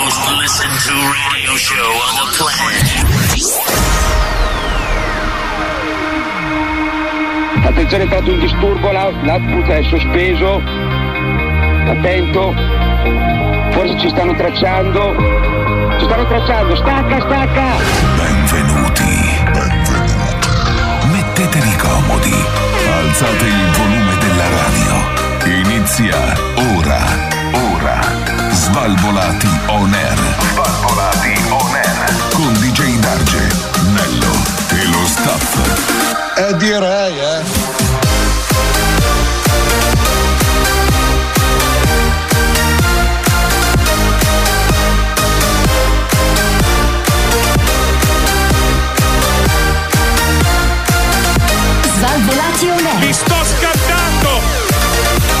listen to radio show on the planet. Attenzione, è entrato un disturbo, l'ou- l'output è sospeso. Attento. Forse ci stanno tracciando. Ci stanno tracciando. Stacca, stacca. Benvenuti. Mettetevi comodi. Alzate il volume della radio. Inizia ora. Ora. Svalvolati on air. Svalvolati on air. Con DJ Darge, Nello e lo staff. Eh direi, eh. Svalvolati on air. Mi sto scattando!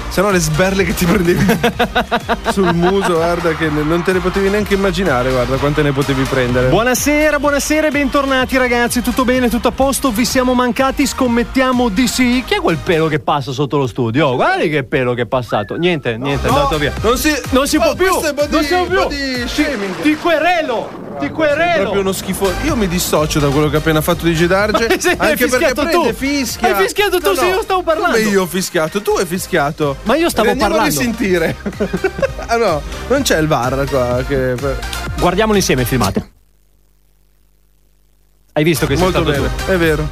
Se no le sberle che ti prendevi sul muso, guarda, che ne- non te ne potevi neanche immaginare, guarda, quante ne potevi prendere. Buonasera, buonasera e bentornati ragazzi. Tutto bene, tutto a posto? Vi siamo mancati? Scommettiamo di sì. Chi è quel pelo che passa sotto lo studio? Oh, guardi che pelo che è passato. Niente, niente, è No, andato via. Non si, Non si può Oh, più. questo è body- non si può più. body shaming. Ti querelo, ti È querelo. proprio uno schifo. Io mi dissocio da quello che ha appena fatto di Gedarge. Ma se- hai Anche perché fischiato prende tu. fischia. Hai fischiato tu, se io stavo parlando. Come io ho fischiato, tu hai fischiato. Ma io stavo Andiamo a parlando. risentire. ah no, non c'è il VAR qua. Che... Guardiamolo insieme il filmato. Hai visto che sei Molto stato bene, tu? è vero.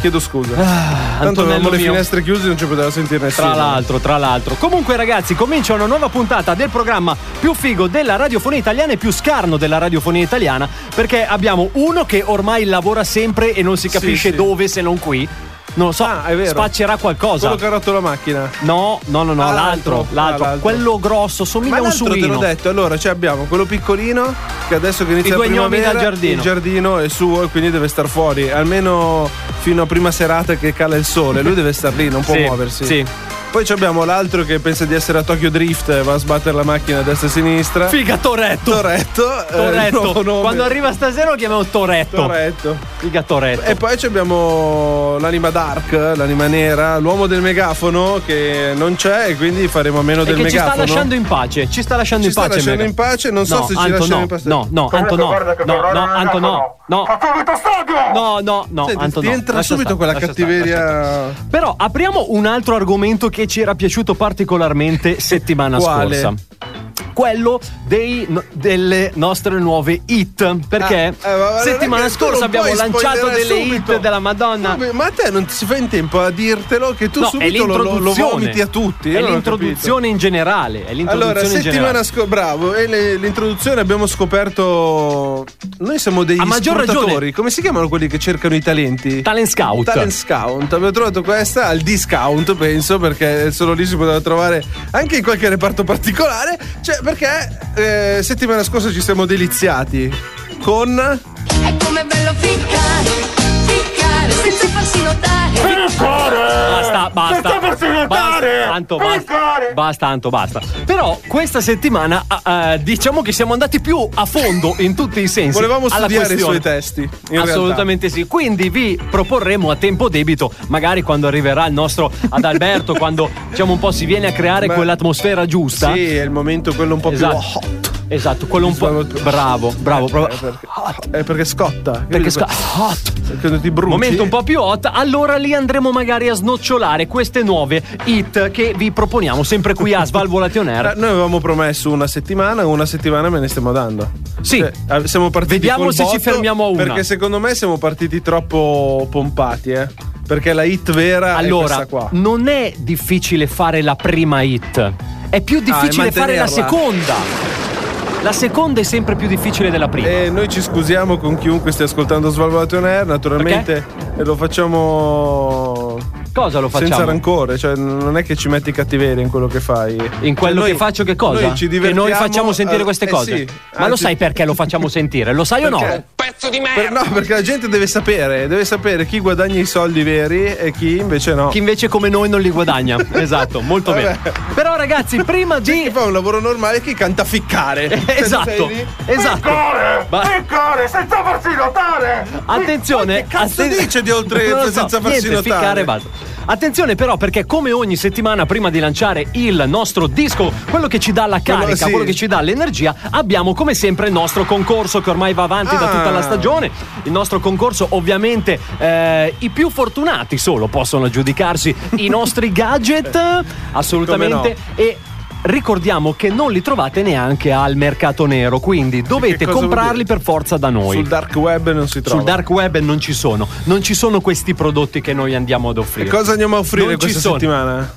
Chiedo scusa. Tanto avevamo Ah, Antonello le mio. finestre chiuse non ci poteva sentire nessuno. Tra l'altro, tra l'altro. Comunque, ragazzi, comincia una nuova puntata del programma più figo della radiofonia italiana e più scarno della radiofonia italiana. Perché abbiamo uno che ormai lavora sempre e non si capisce sì. dove se non qui. Non lo so, Ah, è vero. spaccerà qualcosa. Quello che ha rotto la macchina. No, no, no, no, Ah, l'altro. l'altro, l'altro. Ah, l'altro. Quello grosso somiglia Ma a un l'altro te l'ho suino. detto, allora cioè abbiamo quello piccolino che adesso che inizia la I due gnomi primavera dal giardino. il giardino è suo e quindi deve star fuori, almeno fino a prima serata che cala il sole, lui deve star lì, non può Sì, muoversi. sì. Poi ci abbiamo l'altro che pensa di essere a Tokyo Drift e va a sbattere la macchina a destra e a sinistra. Figa Toretto. Toretto, eh, il Toretto. nuovo nome. Quando arriva stasera lo chiamiamo Toretto. Toretto. Figa Toretto. E poi ci abbiamo l'anima dark, l'anima nera, l'uomo del megafono che non c'è e quindi faremo a meno E del che ci sta megafono. lasciando in pace, ci sta lasciando Ci in sta pace. lasciando Mega. in pace, non so No, se ci Anto, lasciano no, in pace. No, no, Anto no. No, no, Anto no. No, no, no, no, Senti, Anto ti no. entra Lascia subito stare, quella lascia stare, cattiveria. lascia stare. Però apriamo un altro argomento che ci era piaciuto particolarmente settimana Quale? scorsa. Quello dei- no- delle nostre nuove hit. Perché Ah, eh, ma- ma non settimana è che tu non scorsa abbiamo puoi lanciato spoilerare delle subito. hit della Madonna. Vabbè, Ma a te non si fa in tempo a dirtelo che tu No, è subito lo- lo, lo l'introduzione. vomiti a tutti. io È non ho capito. l'introduzione in generale. È l'introduzione Allora, in generale. settimana scorsa, bravo, e le- l'introduzione abbiamo scoperto. Noi siamo degli A maggior scrutatori. ragione- Come si chiamano quelli che cercano i talenti? Talent Scout. Talent Scout. Abbiamo trovato questa al discount, penso, perché solo lì si poteva trovare anche in qualche reparto particolare. Cioè, perché eh, settimana scorsa ci siamo deliziati con. È come bello ficcare, ficcare senza farsi notare. Basta, basta. Basta, Anto, basta. Basta, Anto, basta. Però questa settimana ah, eh, diciamo che siamo andati più a fondo in tutti i sensi. Volevamo alla studiare i questione. suoi testi. in Assolutamente sì, quindi vi proporremo a tempo debito, magari quando arriverà il nostro Adalberto, quando diciamo un po' si viene a creare Ma- quell'atmosfera realtà. giusta. Sì, è il momento quello un po' esatto. più hot. Esatto, quello un po'. Svalvolati. Bravo, bravo, bravo. Ah, Eh, perché, Hot. eh, perché scotta. Perché Quindi sca- hot. Quando ti bruci. Momento un po' più hot, allora lì andremo magari a snocciolare queste nuove hit che vi proponiamo sempre qui a Svalvolation Eh, Air. Noi avevamo promesso una settimana, una settimana me ne stiamo dando. Sì. eh, siamo partiti Vediamo col se ci botto, fermiamo a una. Perché secondo me siamo partiti troppo pompati, eh. Perché la hit vera è Allora, questa qua. non è difficile fare la prima hit, è più difficile Ah, è fare la mantenerla. seconda. La seconda è sempre più difficile della prima. E noi ci scusiamo con chiunque stia ascoltando Svalvolato on Air, naturalmente eh, lo facciamo, Cosa lo facciamo? senza rancore, cioè n- non è che ci metti cattiveria in quello che fai. In quello Cioè, noi- che faccio che cosa? Noi ci che divertiamo noi facciamo sentire eh, queste eh cose. sì, Ma lo anzi- sai perché lo facciamo sentire? Lo sai o no? Perché? Per- no, perché la gente deve sapere, deve sapere chi guadagna i soldi veri e chi invece no. Chi invece come noi non li guadagna. esatto, molto bene. Vabbè. Però ragazzi, prima C'è chi di fa un lavoro normale e chi canta a ficcare. Cioè, tu sei Esatto, lì, esatto. Ma- senza farsi notare! Attenzione, che cazzo dice di oltre- Non lo senza farsi niente, notare? ficcare, basta. Attenzione però perché come ogni settimana prima di lanciare il nostro disco, quello che ci dà la Quello- carica, quello, sì. che ci dà l'energia, abbiamo come sempre il nostro concorso che ormai va avanti da Ah. tutta la stagione. Il nostro concorso ovviamente eh, i più fortunati solo possono aggiudicarsi i nostri gadget, assolutamente. E Ricordiamo che non li trovate neanche al mercato nero, quindi dovete cosa vuol comprarli dire? per forza da noi. Sul dark web non si trova. Sul dark web non ci sono, non ci sono questi prodotti che noi andiamo ad E offrire. cosa andiamo a offrire Non ci questa sono. settimana?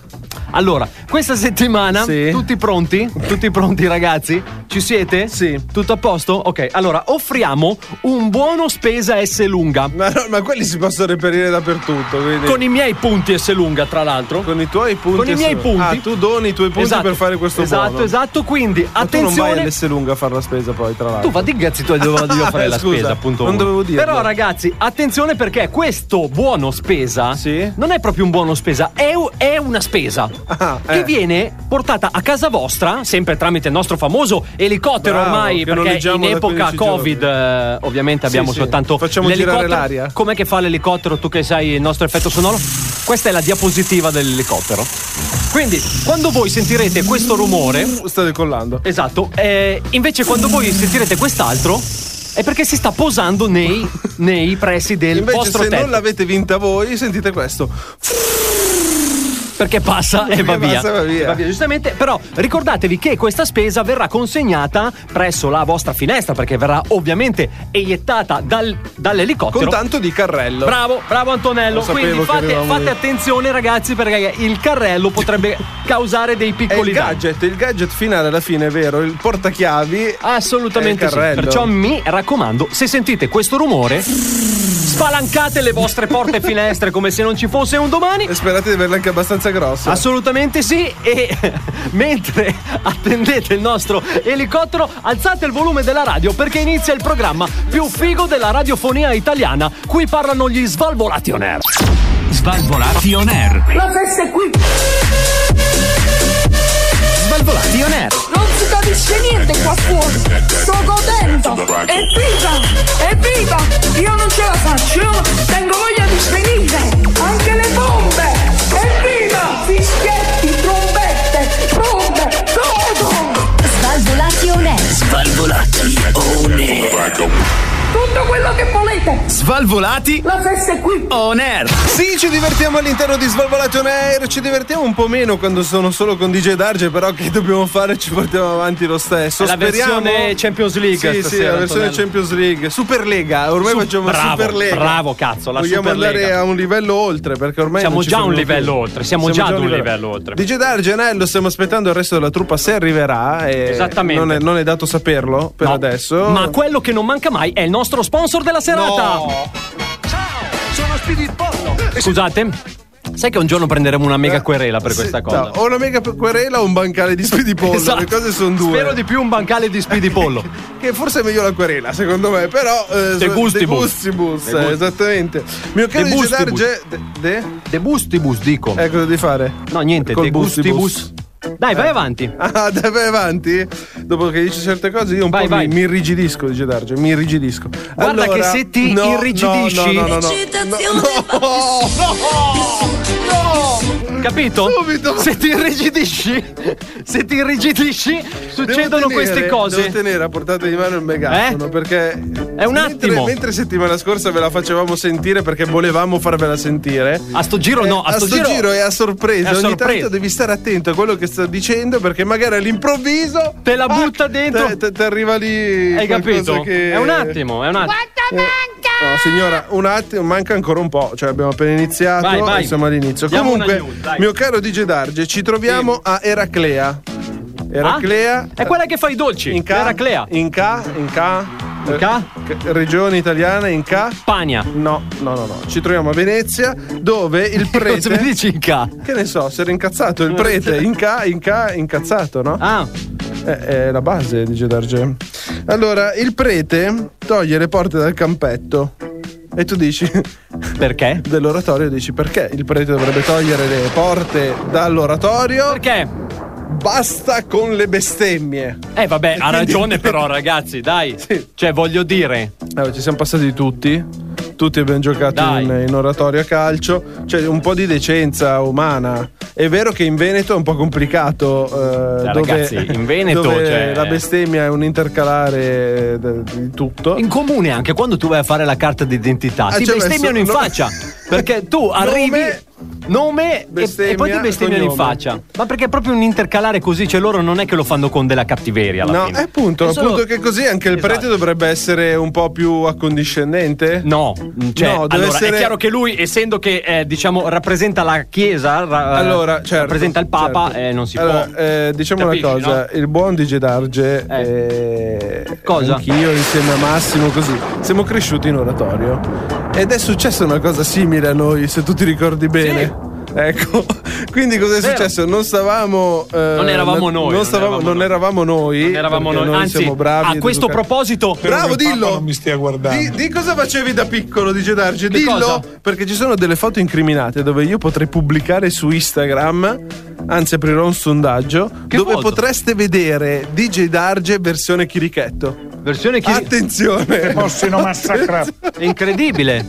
Allora, questa settimana, Sì. tutti pronti? Tutti pronti ragazzi? Ci siete? Sì. Tutto a posto? Ok, allora offriamo un buono spesa S lunga. Ma, no, ma quelli si possono reperire dappertutto. Quindi. Con i miei punti S lunga, tra l'altro. Con i tuoi punti. Con i miei assolut- punti. Ah, tu doni i tuoi punti Esatto. per fare questo Esatto, buono. esatto, quindi Ma tu non vai attenzione. all'S lunga a fare la spesa poi, tra l'altro. Tu vatti ingazzi tu dove devo fare la Scusa, spesa, appunto. non dovevo dirlo. Però, ragazzi, attenzione perché questo buono spesa Sì? non è proprio un buono spesa, è, u- è una spesa Ah, che eh. viene portata a casa vostra, sempre tramite il nostro famoso elicottero Bravo, ormai, che perché noleggiamo in da epoca 15 Covid, eh, ovviamente abbiamo sì. soltanto. Facciamo l'elicottero. girare l'aria. Com'è che fa l'elicottero? Tu che sai il nostro effetto sonoro? Questa è la diapositiva dell'elicottero. Quindi, quando voi sentirete questo rumore, Tu stai decollando. Esatto, eh, invece quando voi sentirete quest'altro è perché si sta posando nei, nei pressi del Invece, se vostro tetto non l'avete vinta voi, sentite questo. perché passa e Perché va via. passa e va via. E Giustamente, però ricordatevi che questa spesa verrà consegnata presso la vostra finestra perché verrà ovviamente eiettata dal- dall'elicottero. Con tanto di carrello. Bravo, bravo Antonello. Lo sapevo Quindi che fate, arrivavamo fate lì. attenzione ragazzi perché il carrello potrebbe causare È dei piccoli il danni. gadget, il gadget finale alla fine, è vero? Il portachiavi. Assolutamente e il sì. Eh, carrello. Perciò mi raccomando, se sentite questo rumore, spalancate le vostre porte e finestre come se non ci fosse un domani. E sperate di averla anche abbastanza grossa. Assolutamente sì. E mentre attendete il nostro elicottero, alzate il volume della radio perché inizia il programma più figo della radiofonia italiana. Qui parlano gli Svalvolati On Air. Svalvolati on air. La festa è qui. Svalvolati on air. Non si capisce niente qua fuori. Sto godendo. Evviva! Evviva! Io non ce la faccio. Io tengo voglia di svenire. Anche le bombe. Evviva! Fischietti, trombette, bombe, godo! Svalvolati on air. Tutto quello che volete. Svalvolati La festa è qui. on air. Sì, ci divertiamo all'interno di Svalvolati on Air. Ci divertiamo un po' meno quando sono solo con DJ Darge, però che dobbiamo fare? Ci portiamo avanti lo stesso. È la Speriamo- versione Champions League Sì, sì, stasera, la versione Antonello. Champions League. Superlega, ormai Su- facciamo bravo, Superlega. bravo, cazzo, la Vogliamo Superlega. andare a un livello oltre perché ormai Siamo non ci già a un sono livello più. oltre, siamo già ad un livello oltre. DJ Darge, Anello, stiamo aspettando il resto della truppa se arriverà e Esattamente. Non è, non è dato saperlo per No. adesso. Ma quello che non manca mai è il nostro sponsor della serata. Scusate, sai che un giorno prenderemo una mega querela per Eh, Sì, questa no, cosa. Esatto. o una mega querela o un bancale di spidipollo. Le cose sono due. Spero di più un bancale di spidipollo. Che forse è meglio la querela, secondo me, però. Eh, De gustibus. gustibus, De gustibus. esattamente. Mio caro De DJ gustibus. Darge. De, de? De bustibus, dico. Eh, cosa devi fare? no, niente, Col de gustibus. gustibus. Dai, vai avanti. Ah, dai, vai avanti. Dopo che dici certe cose, io un Vai, po' vai. Mi, mi irrigidisco, dice Darge. Mi irrigidisco. Guarda che se ti no, irrigidisci- No, no, no, no. Oh, Capito? Subito. Se ti irrigidisci, se ti irrigidisci, Devo succedono tenere- queste cose. Devo tenere a portata di mano il megafono Eh? perché. È un mentre- attimo. Mentre settimana scorsa ve la facevamo sentire perché volevamo farvela sentire. A sto giro, Eh, no, a, sto, giro, è a sorpresa. è a Ogni sorpresa. tanto devi stare attento a quello che sta dicendo perché magari all'improvviso Te la ah, butta dentro. Te, te- te arriva lì. Hai qualcosa capito? che- È un attimo, è un attimo. Eh. Quanto manca? No, signora, un attimo, manca ancora un po'. Cioè, abbiamo appena iniziato. Vai, vai. e Siamo all'inizio. Diamo Comunque, una news, dai. mio caro DJ Darge, ci troviamo a Eraclea. Eraclea. Ah? eh, È quella che fa i dolci. In K. Eraclea. In K. In K. In K? eh, regione italiana in K. Pagna. No, no, no, no. Ci troviamo a Venezia, dove il Cosa mi prete. dici in K? Che ne so, si era incazzato il prete. In K, in K, incazzato, no? Ah, Eh, è la base, dice Darge. Allora, il prete toglie le porte dal campetto. E tu dici, perché? dell'oratorio dici perché il prete dovrebbe togliere le porte dall'oratorio? Perché? Basta con le bestemmie. Eh vabbè, ha Quindi- ragione però ragazzi, dai. Sì. Cioè, voglio dire, Allora, ci siamo passati tutti. Tutti abbiamo giocato Dai. in, in oratorio a calcio, cioè un po' di decenza umana. È vero che in Veneto è un po' complicato. eh, Dai, dove- Cioè, ragazzi, in Veneto, dove cioè- la bestemmia è un intercalare de- di tutto. in comune anche quando tu vai a fare la carta d'identità, Ah, ti cioè, bestemmiano in adesso- no. faccia. Perché tu arrivi nome e- e, poi ti bestemmia, bestemmiano in cognome. faccia. Ma perché è proprio un intercalare così, cioè loro non è che lo fanno con della cattiveria alla No, fine. è appunto, È solo- appunto che così anche il prete Esatto. dovrebbe essere un po' più accondiscendente. No, cioè, No, deve allora, è essere- chiaro che lui, essendo che eh, diciamo rappresenta la Chiesa, ra- Allora, certo, rappresenta Eh, il Papa, certo. eh, non si Allora, può. eh, diciamo una Capisci, cosa: no? il buon DJ Darge, Eh. eh, Cosa? anch'io insieme a Massimo, così siamo cresciuti in oratorio. Ed è successa una cosa simile a noi, se tu ti ricordi bene. Ecco, quindi cosa è Vero. successo? Non stavamo. eh, Non eravamo non- noi, Non, non stavamo, eravamo non noi. eravamo noi. Non eravamo perché noi. Anzi, siamo bravi a ed questo educati. proposito, Bravo, dillo. non mi stia guardando. Di, di cosa facevi da piccolo, dice Darge? Dillo. cosa? Perché ci sono delle foto incriminate dove io potrei pubblicare su Instagram. Anzi, aprirò un sondaggio Che dove foto? potreste vedere DJ Darge versione chirichetto. versione chi- Attenzione! Possino massacrare. è incredibile.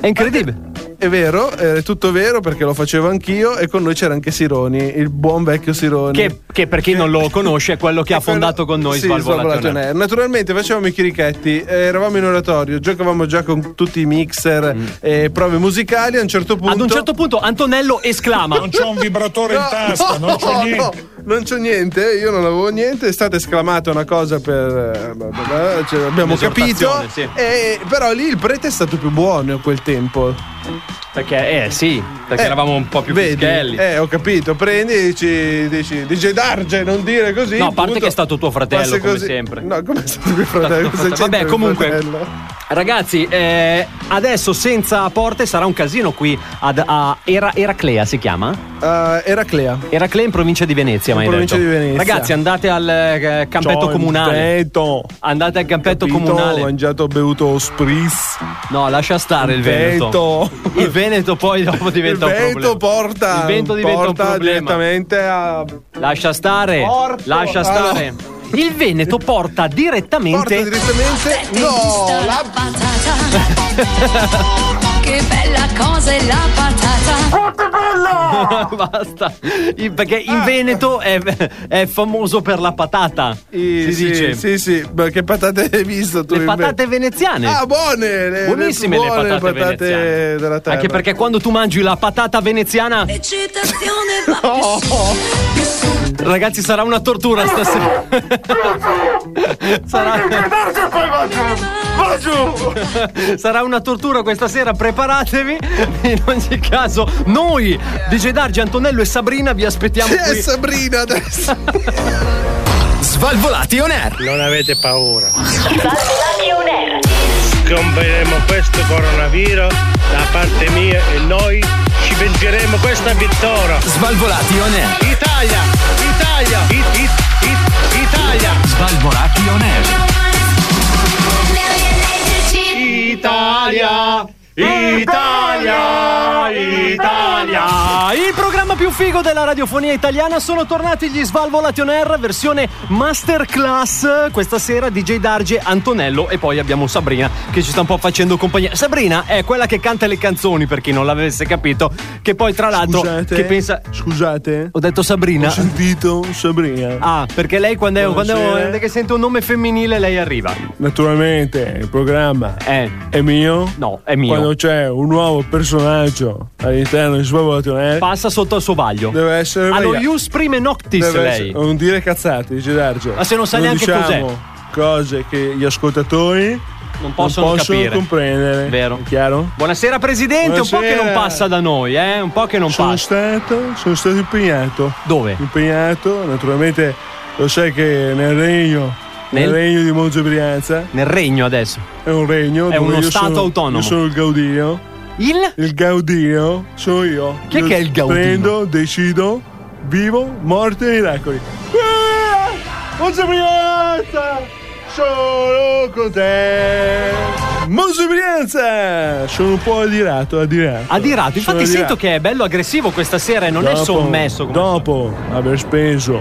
È incredibile. È vero, è tutto vero perché lo facevo anch'io e con noi c'era anche Sironi, il buon vecchio Sironi. Che, che per chi non lo conosce è quello che ha fondato con noi sì, Svalvolation Svalvolation Air. Air. Naturalmente facevamo i chirichetti, eh, eravamo in oratorio, giocavamo già con tutti i mixer e prove musicali. A un certo punto. Mm. Ad un certo punto Antonello esclama. Non c'ho un vibratore in tasca, non c'ho no, niente. no, non c'ho niente, io non avevo niente, è stata esclamata una cosa per... eh, bla, bla, bla, cioè, abbiamo capito, Un'esortazione, sì. e- però lì il prete è stato più buono a quel tempo. Perché, eh sì, perché Eh, eravamo un po' più vedi? fischelli. Eh, ho capito, prendi e dici, dici, dici Darge, non dire così. No, a parte punto. che è stato tuo fratello, Passa come sempre. No, come è stato mio fratello? È stato tuo Cosa fratello. Vabbè, c'entra il comunque, fratello? Ragazzi, eh, adesso senza porte sarà un casino qui ad, a Era- Eraclea si chiama? Ah, Eraclea. Eraclea in provincia di Venezia, In mi hai provincia detto. di Venezia. Ragazzi, andate al eh, campetto Ciao, comunale. Veneto. Andate al campetto Capito? comunale. Ho mangiato, bevuto spritz. No, lascia stare il Veneto. Veneto. Il Veneto poi dopo diventa il un problema. vento porta, Il vento diventa porta un problema. direttamente a Lascia stare. Porto. Lascia Ah, stare. Il Veneto porta direttamente. porta direttamente no la patata. che bella cosa è la patata. Quanto è bello! Ah, Basta. I- Perché Ah. in Veneto è, è famoso per la patata. sì, si sì, dice. sì sì ma che patate hai visto tu Le in me- patate veneziane. ah buone le, Buonissime le buone patate, veneziane. della terra Anche perché quando tu mangi la patata veneziana, Eccitazione va più su, più su. ragazzi, sarà una tortura stasera. sarà, Guardate poi va giù! Va giù! sarà una tortura questa sera, preparatevi. In ogni caso, noi, DJ Dargi, Antonello e Sabrina, vi aspettiamo Chi è qui. Eh, Sabrina adesso Svalvolati on air. Non avete paura. Scomperemo questo coronavirus da parte mia e noi ci vengeremo questa vittoria. Svalvolati on air. Italia! Italia! It, it, it, Italia! Svalvolati on air. Italia! Italia! Italia! Il programma più figo della radiofonia italiana sono tornati gli Svalvolati on Air versione masterclass. Questa sera DJ Darge, Antonello e poi abbiamo Sabrina che ci sta un po' facendo compagnia. Sabrina è quella che canta le canzoni per chi non l'avesse capito, che poi tra l'altro che pensa scusate Ho detto Sabrina. ho sentito Sabrina Ah, perché lei quando, è, quando Buonasera. è- che sente un nome femminile lei arriva. naturalmente il programma Eh, è mio no, è mio. quando c'è un nuovo personaggio all'interno di Svalvolation Air Passa sotto al suo vaglio. Deve essere Allo mega. Ius Prime Noctis Deve lei. essere- Non dire cazzate, dice Darge. Ma se non sa neanche diciamo cos'è. Cose che gli ascoltatori non possono non possono capire. comprendere. Vero. Chiaro? Buonasera Presidente, un po' che Buonasera. non passa da noi, eh? Un po' che non sono passa. stato, sono stato impegnato. Dove? Impegnato, naturalmente lo sai che nel regno, nel, Nel? regno di Monza Brianza, Nel regno adesso. è un regno È dove uno io stato sono- autonomo. Io sono il Gaudino. Il? Il Gaudino sono io. Chi è Io che è il Gaudino? Prendo, decido, vivo, morte e miracoli. Ah! Monza Brianza! Sono con te! Monza Brianza! Sono un po' adirato, adirato. Adirato, Sono infatti adirato. sento che è bello aggressivo questa sera e non è Dopo- sommesso come Dopo aver speso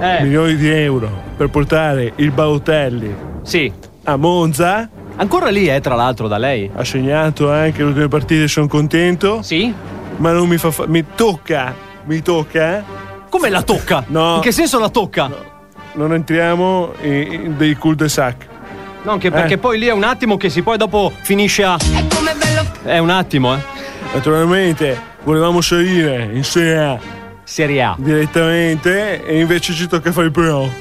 Eh. milioni di euro per portare il Bautelli Sì. a Monza, Ancora lì, eh, tra l'altro, da lei. ha segnato anche le ultime partite, sono contento, Sì? ma non mi fa fa- mi tocca, mi tocca. Come la tocca? No. In che senso la tocca? Non entriamo in, in dei cul-de-sac. No, anche perché Eh. poi lì è un attimo che si poi dopo finisce a. È come bello È un attimo, eh. Naturalmente volevamo salire in Serie A Serie A. direttamente e invece ci tocca fare il playoff.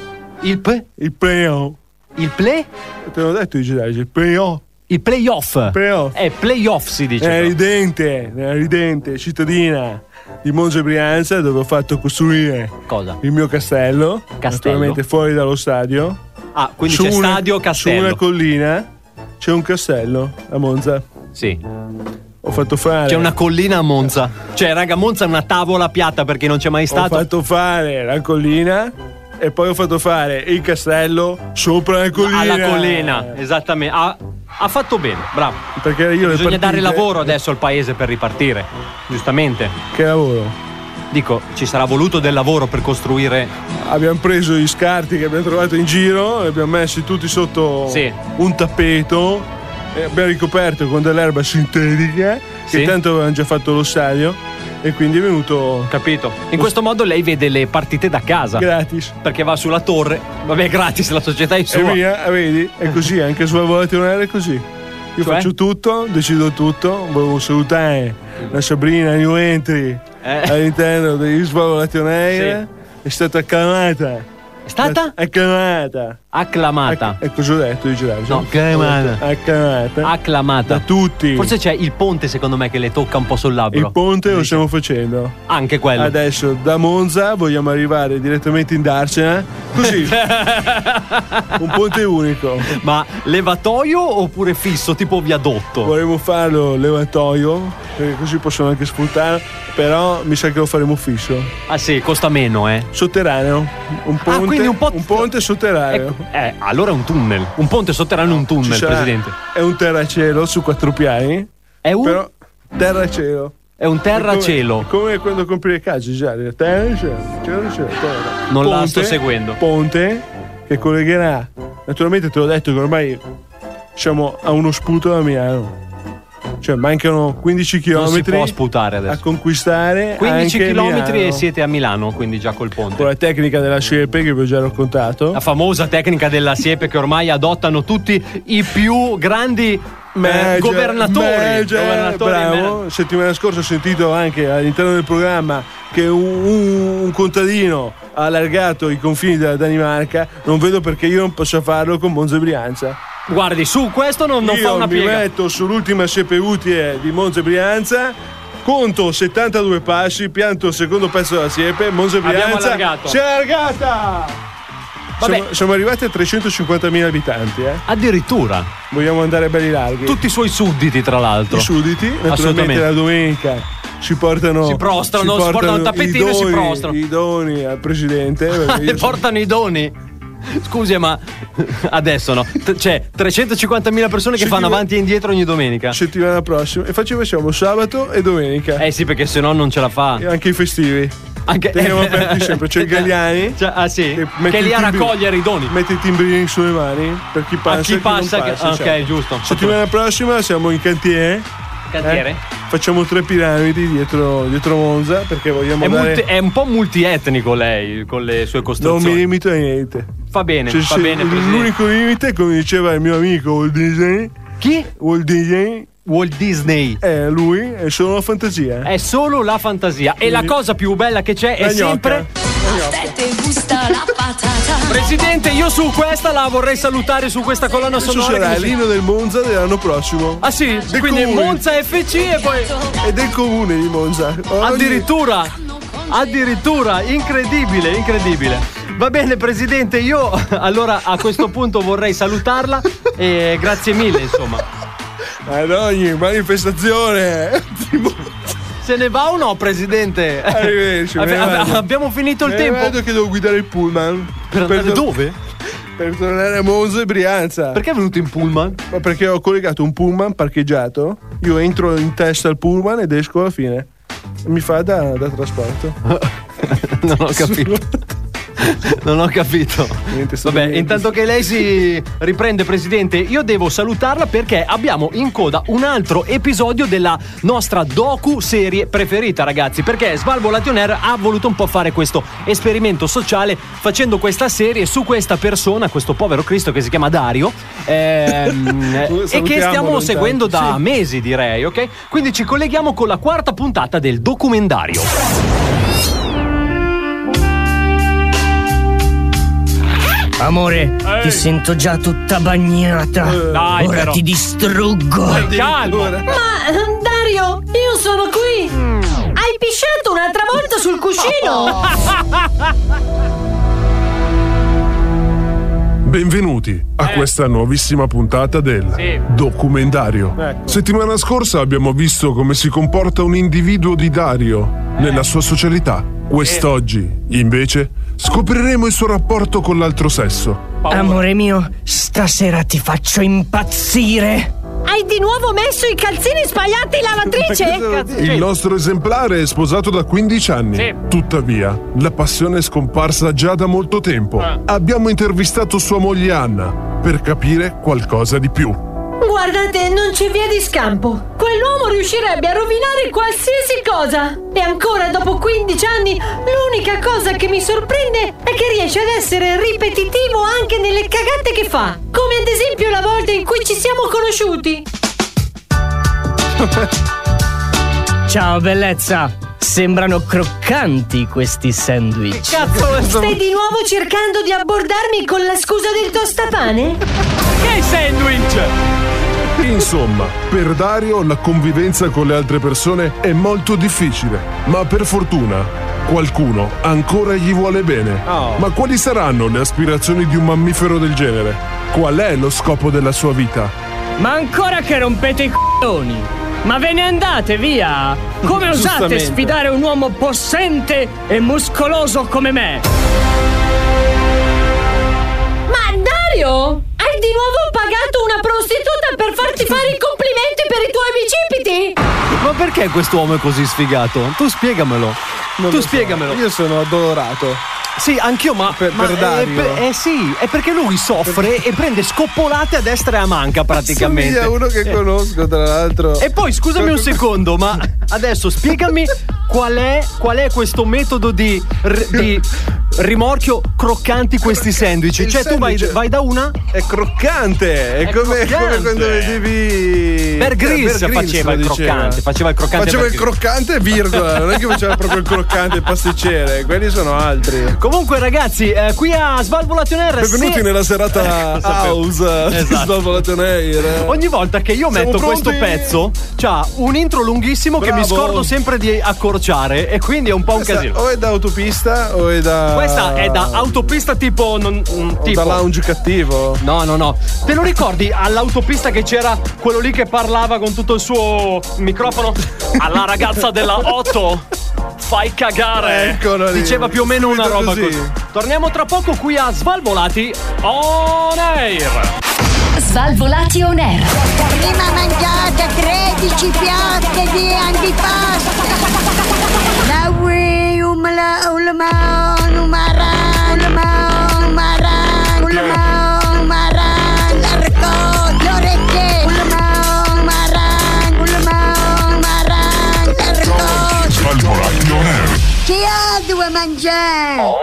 Il, p- Il playoff. il play? Te l'ho detto di girare, il playoff. Il playoff. Playoff. Eh, certo. playoff si dice. Nella però. ridente, nella ridente cittadina di Monza Brianza dove ho fatto costruire Cosa? il mio castello, Castello. naturalmente fuori dallo stadio. Ah, quindi Su c'è una- stadio Su una Castello. collina c'è un castello a Monza. Sì. Eh. Ho fatto fare C'è una collina a Monza. Cioè, raga, Monza è una tavola piatta perché non c'è mai ho stato. fatto fare la collina e poi ho fatto fare il castello sopra la collina. Alla collina, esattamente. Ha, ha fatto bene, bravo. Perché io le Bisogna dare partite- lavoro adesso al paese per ripartire, giustamente. Che lavoro? Dico, ci sarà voluto del lavoro per costruire. Abbiamo preso gli scarti che abbiamo trovato in giro, li abbiamo messi tutti sotto Sì. un tappeto e abbiamo ricoperto con dell'erba sintetica che Sì. tanto avevano già fatto lo stadio e quindi è venuto Capito? In questo modo lei vede le partite da casa. gratis. Perché va sulla torre. Vabbè, è gratis, la società è E sua. via, ah, vedi? È così, anche sulla volatilità è così. Io Cioè? faccio tutto, decido tutto. Volevo salutare la Sabrina New Entry Eh. all'interno degli Svalvolationaire. È stata acclamata. È stata Acclamata. acclamata. E cosa ho detto di girare? No, acclamata. diciamo. Acclamata. Acclamata. Da tutti. Forse c'è il ponte, secondo me, che le tocca un po' sul labbro. Ecco. il ponte lo stiamo facendo. Anche quello. Adesso da Monza vogliamo arrivare direttamente in Darcena. Così. Un ponte unico. Ma levatoio oppure fisso, tipo viadotto? Vorremmo farlo levatoio, perché così possono anche sfruttare, però mi sa che lo faremo fisso. Ah sì, costa meno, eh. Sotterraneo, un Ah, ponte, quindi un po' ponte sotterraneo. Ecco, eh, allora è un tunnel. Un ponte sotterraneo è un Ci tunnel, sarà- presidente. È un terracielo su quattro piani, È un, però Uh. terracielo. è un È terracielo. Come, è come quando compri le case, già, terracielo, terracielo, terra. Non la sto seguendo. Ponte che collegherà, naturalmente te l'ho detto che ormai siamo a uno sputo da Milano. Cioè mancano 15 km. Non si può sputare a adesso. conquistare 15 anche km e Milano. siete a Milano, quindi già col con ponte. la tecnica della siepe che vi ho già raccontato La famosa tecnica della siepe che ormai adottano tutti i più grandi eh, Merge, governatori. merge, governatori bravo. mer- settimana scorsa ho sentito anche all'interno del programma che un, un- un contadino ha allargato i confini della Danimarca non vedo perché io non possa farlo con Monza e Brianza eh, Guardi, su questo non, non io fa una mi piega. metto sull'ultima siepe utile di Monza e Brianza Conto 72 passi, pianto il secondo pezzo della siepe, Monza e Abbiamo Brianza allargato. si è allargata! Vabbè. Siamo, siamo arrivati a 350.000 abitanti, eh. Addirittura. Vogliamo andare belli larghi. Tutti i suoi sudditi, tra l'altro. i sudditi, naturalmente Esatto. Assolutamente. la domenica ci portano Si prostrano, ci si portano il tappettino i e si doni- prostrano. I doni al presidente. eh, perché Le io sono- portano i doni. Scusi, ma adesso no. T- C'è 350.000 persone che Sì, fanno dico- avanti e indietro ogni domenica. settimana prossima e facciamo facciamo sabato e domenica. Eh sì, perché se no non ce la fa. E anche i festivi. Anche Teniamo aperti sempre, c'è il Gagliani. Cioè, ah sì, Che che, mette è lì il a timbri- raccogliere i doni. Mette i timbrini sulle mani per chi passa. A chi e non passa che- ah, cioè. ok, giusto. Settimana prossima siamo in cantiere. Cantiere? eh? Facciamo tre piramidi dietro, dietro Monza perché vogliamo È, dare. multi- è un po' multietnico lei con le non sue mi costruzioni. limito a niente. Fa bene, Cioè, fa se- bene. presidente. l'unico limite, come diceva il mio amico Walt Disney, Chi? Walt Disney Walt Disney. è lui, è solo la fantasia. eh. Eh, È solo la fantasia. E la cosa più bella che c'è è La gnocca. sempre. a te, te gusta la patata. Presidente, io Io su questa la vorrei salutare su questa colonna Ci sonora. sarà che il mi- l'inno del Monza dell'anno prossimo. Ah sì, Del quindi comune. Monza FC e poi E del comune di Monza. Ogni- Ah. Addirittura, addirittura, incredibile, incredibile. Va bene, presidente, io allora a questo punto vorrei salutarla e grazie mille, insomma. Ad ogni manifestazione. Se ne va o no, presidente? Arrivederci, me ne Abbi- vado. abbiamo finito il Eh, tempo. Vedo che devo guidare il pullman. Per andare to- dove? Per tornare a Monza e Brianza. Perché è venuto in pullman? Ma perché ho collegato un pullman parcheggiato. Io entro in testa al pullman ed esco alla fine. Mi fa da, da trasporto. Non ho capito. Non ho capito. Niente, sto Vabbè, niente. intanto che lei si riprende, presidente, io devo salutarla perché abbiamo in coda un altro episodio della nostra docu-serie preferita, ragazzi. Perché Svalvolati On Air ha voluto un po' fare questo esperimento sociale facendo questa serie su questa persona, questo povero Cristo che si chiama Dario, ehm, e Salutiamolo che stiamo intanto. seguendo da Sì. mesi, direi, ok? Quindi ci colleghiamo con la quarta puntata del documentario. Amore, ti sento già tutta bagnata. Eh. dai, Ora però. ti distruggo. Calmo! Ma eh, Dario, io sono qui! Mm. Hai pisciato un'altra volta sul cuscino! Benvenuti a questa nuovissima puntata del documentario. Settimana scorsa abbiamo visto come si comporta un individuo di Dario nella sua socialità. Quest'oggi, invece, scopriremo il suo rapporto con l'altro sesso. Amore mio, stasera ti faccio impazzire. Hai di nuovo messo i calzini sbagliati in lavatrice? cioè, Il nostro esemplare è sposato da 15 anni. Tuttavia, la passione è scomparsa già da molto tempo. Abbiamo intervistato sua moglie Anna per capire qualcosa di più. Guardate, non c'è via di scampo. Quell'uomo riuscirebbe a rovinare qualsiasi cosa. E ancora dopo 15 anni, l'unica cosa che mi sorprende è che riesce ad essere ripetitivo anche nelle cagate che fa. Come ad esempio la volta in cui ci siamo conosciuti. Ciao bellezza. Sembrano croccanti questi sandwich. Stai di nuovo cercando di abbordarmi con la scusa del tostapane? Che sandwich! Insomma, per Dario la convivenza con le altre persone è molto difficile, ma per fortuna qualcuno ancora gli vuole bene. Oh. Ma quali saranno le aspirazioni di un mammifero del genere? Qual è lo scopo della sua vita? Ma ancora che rompete i coglioni. Ma ve ne andate via. Come osate Giustamente. sfidare un uomo possente e muscoloso come me? Ma Dario, hai di nuovo pagato una prostituta per farti fare i complimenti per i tuoi bicipiti? Ma perché quest'uomo è così sfigato? Tu spiegamelo. tu spiegamelo. Io sono addolorato. Sì, anch'io, ma. Per, per Dario. eh sì, è perché lui soffre e prende scoppolate a destra e a manca praticamente. Somiglia a uno che Eh. conosco, tra l'altro. E poi scusami un secondo, ma adesso spiegami qual è, qual è questo metodo di, r- di rimorchio croccanti questi sandwich. Il Cioè, tu vai, sandwich vai da una. È croccante! È, È come, croccante. come quando vedevi. Bear Grylls Bear Grylls faceva lo il diceva. croccante, faceva il croccante Faceva Bear il Grylls. croccante, virgola. Non è che faceva proprio il croccante il pasticcere, quelli sono altri. Comunque, ragazzi, eh, qui a Svalvolation Air. Benvenuti se- nella serata Eh, Lo sapevo. house. Esatto. Svalvolation Air. Ogni volta che io Siamo metto pronti? questo pezzo, c'ha un intro lunghissimo che mi Bravo. scordo sempre di accorciare e quindi è un po' un Questa casino. O è Ah. da autopista o è da. Questa è da autopista tipo. Non, mm, o tipo- da lounge cattivo. No, no, no. Te lo ricordi all'autopista che c'era quello lì che parlava con tutto il suo microfono? Alla ragazza della 8. Fai cagare. Eccolo lì. Diceva più o meno una Subito roba così. così. Torniamo tra poco qui a Svalvolati on air. Svalvolati on air. Prima mangiate 13 piatte di antipasto. La ui, um, la, um, la, ma, um, ma, ra, um, la, ma, um, ma, ra, um, la, ma, um, ma, ra, la raccolta, le orecchie, um, la, ma, um, ma, ra, um, la, ma, um, ma, ra, la raccolta. Svalvolati on air. Chi ha due mangiare?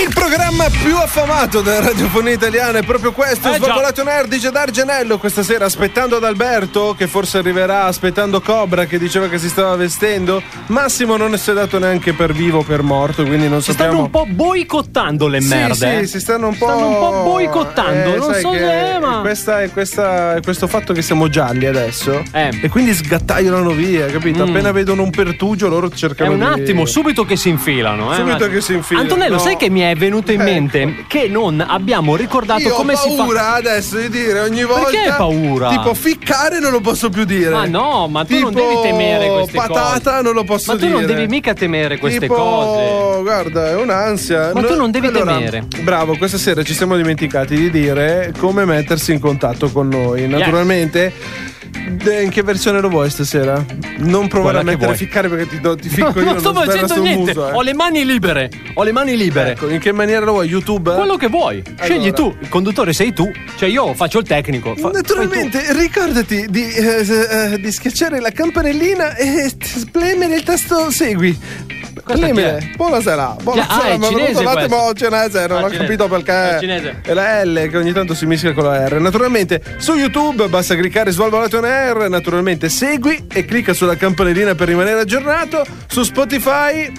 Il programma più affamato della radiofonia italiana è proprio questo, Eh, già. Svolato Nerd di Gedar Genello questa sera aspettando Adalberto che forse arriverà, aspettando Cobra che diceva che si stava vestendo, Massimo non si è dato neanche per vivo o per morto, quindi non Si sappiamo... stanno un po' boicottando le Sì, merde. sì, eh. si stanno un po', Eh, Stanno un po' boicottando, non sai so che se, eh, ma- Questa è, questa è questo fatto che siamo gialli adesso. E quindi sgattaiolano via, capito? Eh. Mm. Appena vedono un pertugio, loro È cercano un di- attimo, subito che si infilano. eh, Subito un attimo. che si infilano. Antonello, No. sai che mi è venuto in mente che non abbiamo ricordato Io come ho si fa. paura adesso di dire ogni volta. Perché paura? Tipo ficcare non lo posso più dire. Ma no, ma tu non Tipo devi temere queste cose. patata non lo posso Ma tu dire. non devi mica temere queste Tipo, cose. guarda, è un'ansia. Ma tu non devi Allora, temere. Bravo, questa sera ci siamo dimenticati di dire come mettersi in contatto con noi. Naturalmente. de- In che versione lo vuoi stasera? Non provare Quella a che mettere vuoi. ficcare perché ti, do, ti ficco io. non sto uno sberla facendo sul niente, muso, eh. ho le mani libere. Ho le mani libere. Ecco, in che maniera lo vuoi? YouTube? Quello che vuoi. Scegli Allora. tu, il conduttore sei tu, cioè io faccio il tecnico. fa- Naturalmente, ricordati di, eh, eh, di schiacciare la campanellina e t- premere il tasto segui. chi Premere. Buona sera. Buona Chi- ah, sera, è ma cinese un attimo questo. cinese, non Ah, ho cinese. capito Ah, perché cinese. è la L che ogni tanto si mischia con la R. Naturalmente, su YouTube basta cliccare Svalvolato on Air, naturalmente segui e clicca sulla campanellina per rimanere aggiornato. Su Spotify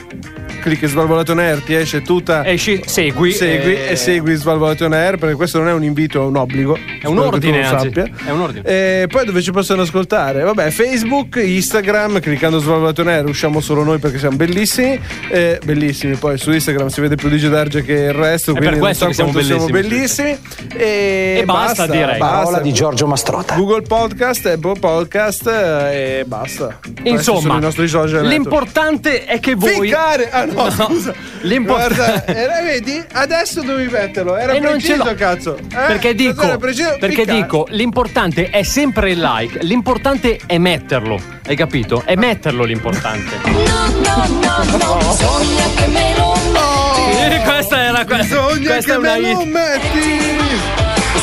clicchi Svalvolato on Air, ti esce tutta Esci, segui. segui eh, e, segui Svalvolato on Air perché questo non è un invito, è un obbligo. È Spero che un tu ordine, lo anzi. sappia. È un ordine. E poi dove ci possono ascoltare? Vabbè, Facebook, Instagram, cliccando Svalvolato on Air usciamo solo noi perché siamo bellissimi. Eh, bellissimi, poi su Instagram si vede più di Gedarge che il resto, È per quindi non questo so che siamo quanto siamo bellissimi. E, E basta, direi. Parola di Giorgio Mastrota. Google Podcast, Apple Podcast eh, e basta. Questi sono Insomma, i nostri social network. l'importante è che voi. Ficcare! Ah no, scusa. L'importante. Guarda, era, vedi, adesso dovevi metterlo. Era E non ce preciso, l'ho. cazzo. Eh, Perché dico, era preciso, perché ficcare. dico, l'importante è sempre il like, l'importante è metterlo, hai capito? È metterlo l'importante. No, no, no, bisogna che me lo Oh. metti. Oh, Eh, questa era que- Bisogna questa che è una me lo hit.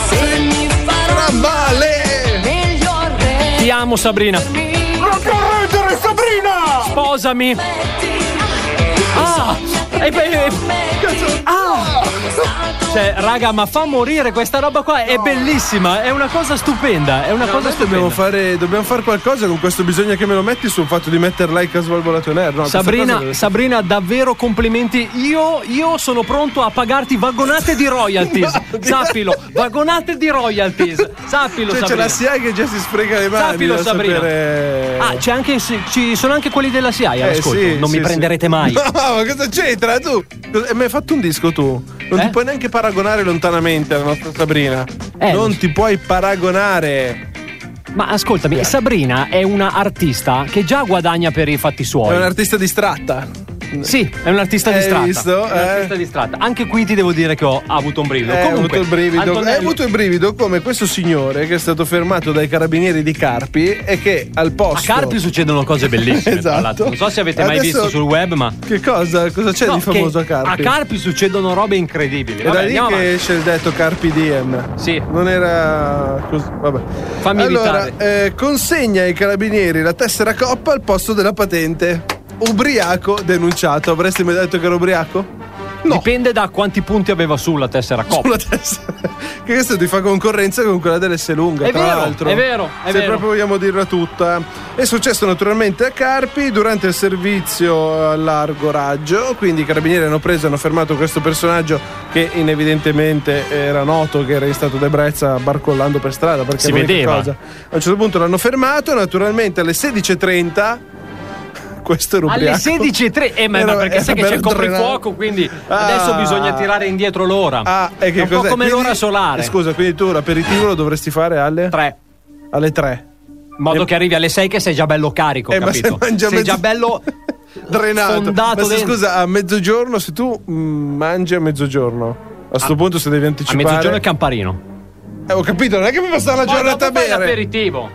Se mi farà male, meglio Ti amo Sabrina. La correggere Sabrina! Sposami. Ah! E poi- Ah! Cioè, raga, ma fa morire questa roba qua, è bellissima, è una cosa stupenda, è una No, cosa noi stupenda. dobbiamo fare, dobbiamo fare qualcosa con questo bisogno che me lo metti sul fatto di mettere like a Svalvolato on Air. No, questa cosa Sabrina, deve- Sabrina, davvero complimenti. Io, io sono pronto a pagarti vagonate di royalties. Sappilo, vagonate di royalties. Sappilo, Cioè, c'è Sabrina. la SIA che già si sfrega le mani. Sappilo, da Sabrina. sapere- Ah, c'è anche, ci sono anche quelli della CIA Eh, all'ascolto. sì, non sì, mi sì. prenderete mai. No, ma cosa c'entra tu? E mi hai fatto un disco tu? Non Eh? ti puoi neanche paragonare lontanamente alla nostra Sabrina. Eh, non ti puoi paragonare. Ma ascoltami, Sabrina è una artista che già guadagna per i fatti suoi. È un'artista distratta. Sì, è un'artista Hai distratta. visto? È un'artista distratta. Anche qui ti devo dire che ho avuto un brivido. Eh, Hai Comunque, avuto il brivido. Antonello- Hai avuto il brivido come questo signore che è stato fermato dai carabinieri di Carpi e che al a posto. Esatto. Carpi succedono cose bellissime. tra l'altro. Non so se avete mai Adesso- visto sul web, ma. Che cosa? Cosa c'è No, di famoso che a Carpi? A Carpi succedono robe incredibili. È Vabbè, da lì che andiamo avanti. esce il detto Carpi Diem. Sì. Non era così. Vabbè. Fammi allora, eh, consegna ai carabinieri la tessera coppa al posto della patente. Ubriaco denunciato. Avresti mai detto che era ubriaco? Dipende da quanti punti aveva sulla tessera coppa. Sulla tessera. Che questo ti fa concorrenza con quella dell'S lunga, È tra vero, l'altro. è vero, è Se vero. proprio vogliamo dirla tutta. È successo naturalmente a Carpi durante il servizio a largo raggio, quindi i carabinieri hanno preso e hanno fermato questo personaggio che evidentemente era noto che era in stato d'ebbrezza barcollando per strada perché Si era l'unica vedeva. cosa. A un certo punto l'hanno fermato, naturalmente alle 16:30 questo era Alle ubriaco. 16.30, eh, ma, ma Era- perché sai era che c'è il Berdrenato. coprifuoco, quindi Ah. adesso bisogna tirare indietro l'ora. Ah, e che è un po' cos'è? come Quindi- l'ora solare. eh, Scusa, quindi tu l'aperitivo lo dovresti fare alle 3. Alle 3. In modo che arrivi alle 6 che sei già bello carico, Eh, ma se capito? mangia sei mezzo- già bello Drenato. fondato Ma se, dentro. scusa, a mezzogiorno, se tu mm, mangi a mezzogiorno, a sto punto se devi Ah. a anticipare. mezzogiorno il camparino. Eh, ho capito, non è che mi passa la Poi giornata a dopo fai bere. l'aperitivo.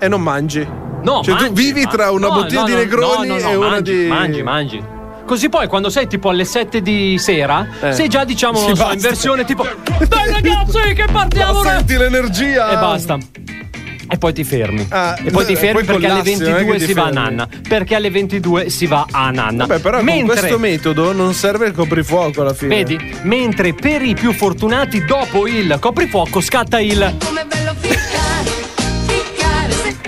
E non mangi. No, Cioè, tu mangi, vivi ma- tra una no, bottiglia no, di no, Negroni no, no, no, e una mangi, di- Mangi, mangi. Così poi quando sei tipo alle 7 di sera, Eh. sei già diciamo Sì, non so, in basta. versione tipo Dai ragazzi che partiamo! Ma ora!" senti l'energia. E basta. e poi ti fermi. Ah, e poi ti eh, fermi poi perché alle collassi, non è che 22 ti si va a fermi. nanna. Perché alle 22 si va a nanna. Vabbè, però con Mentre- questo metodo non serve il coprifuoco alla fine. Vedi? Mentre per i più fortunati dopo il coprifuoco scatta il...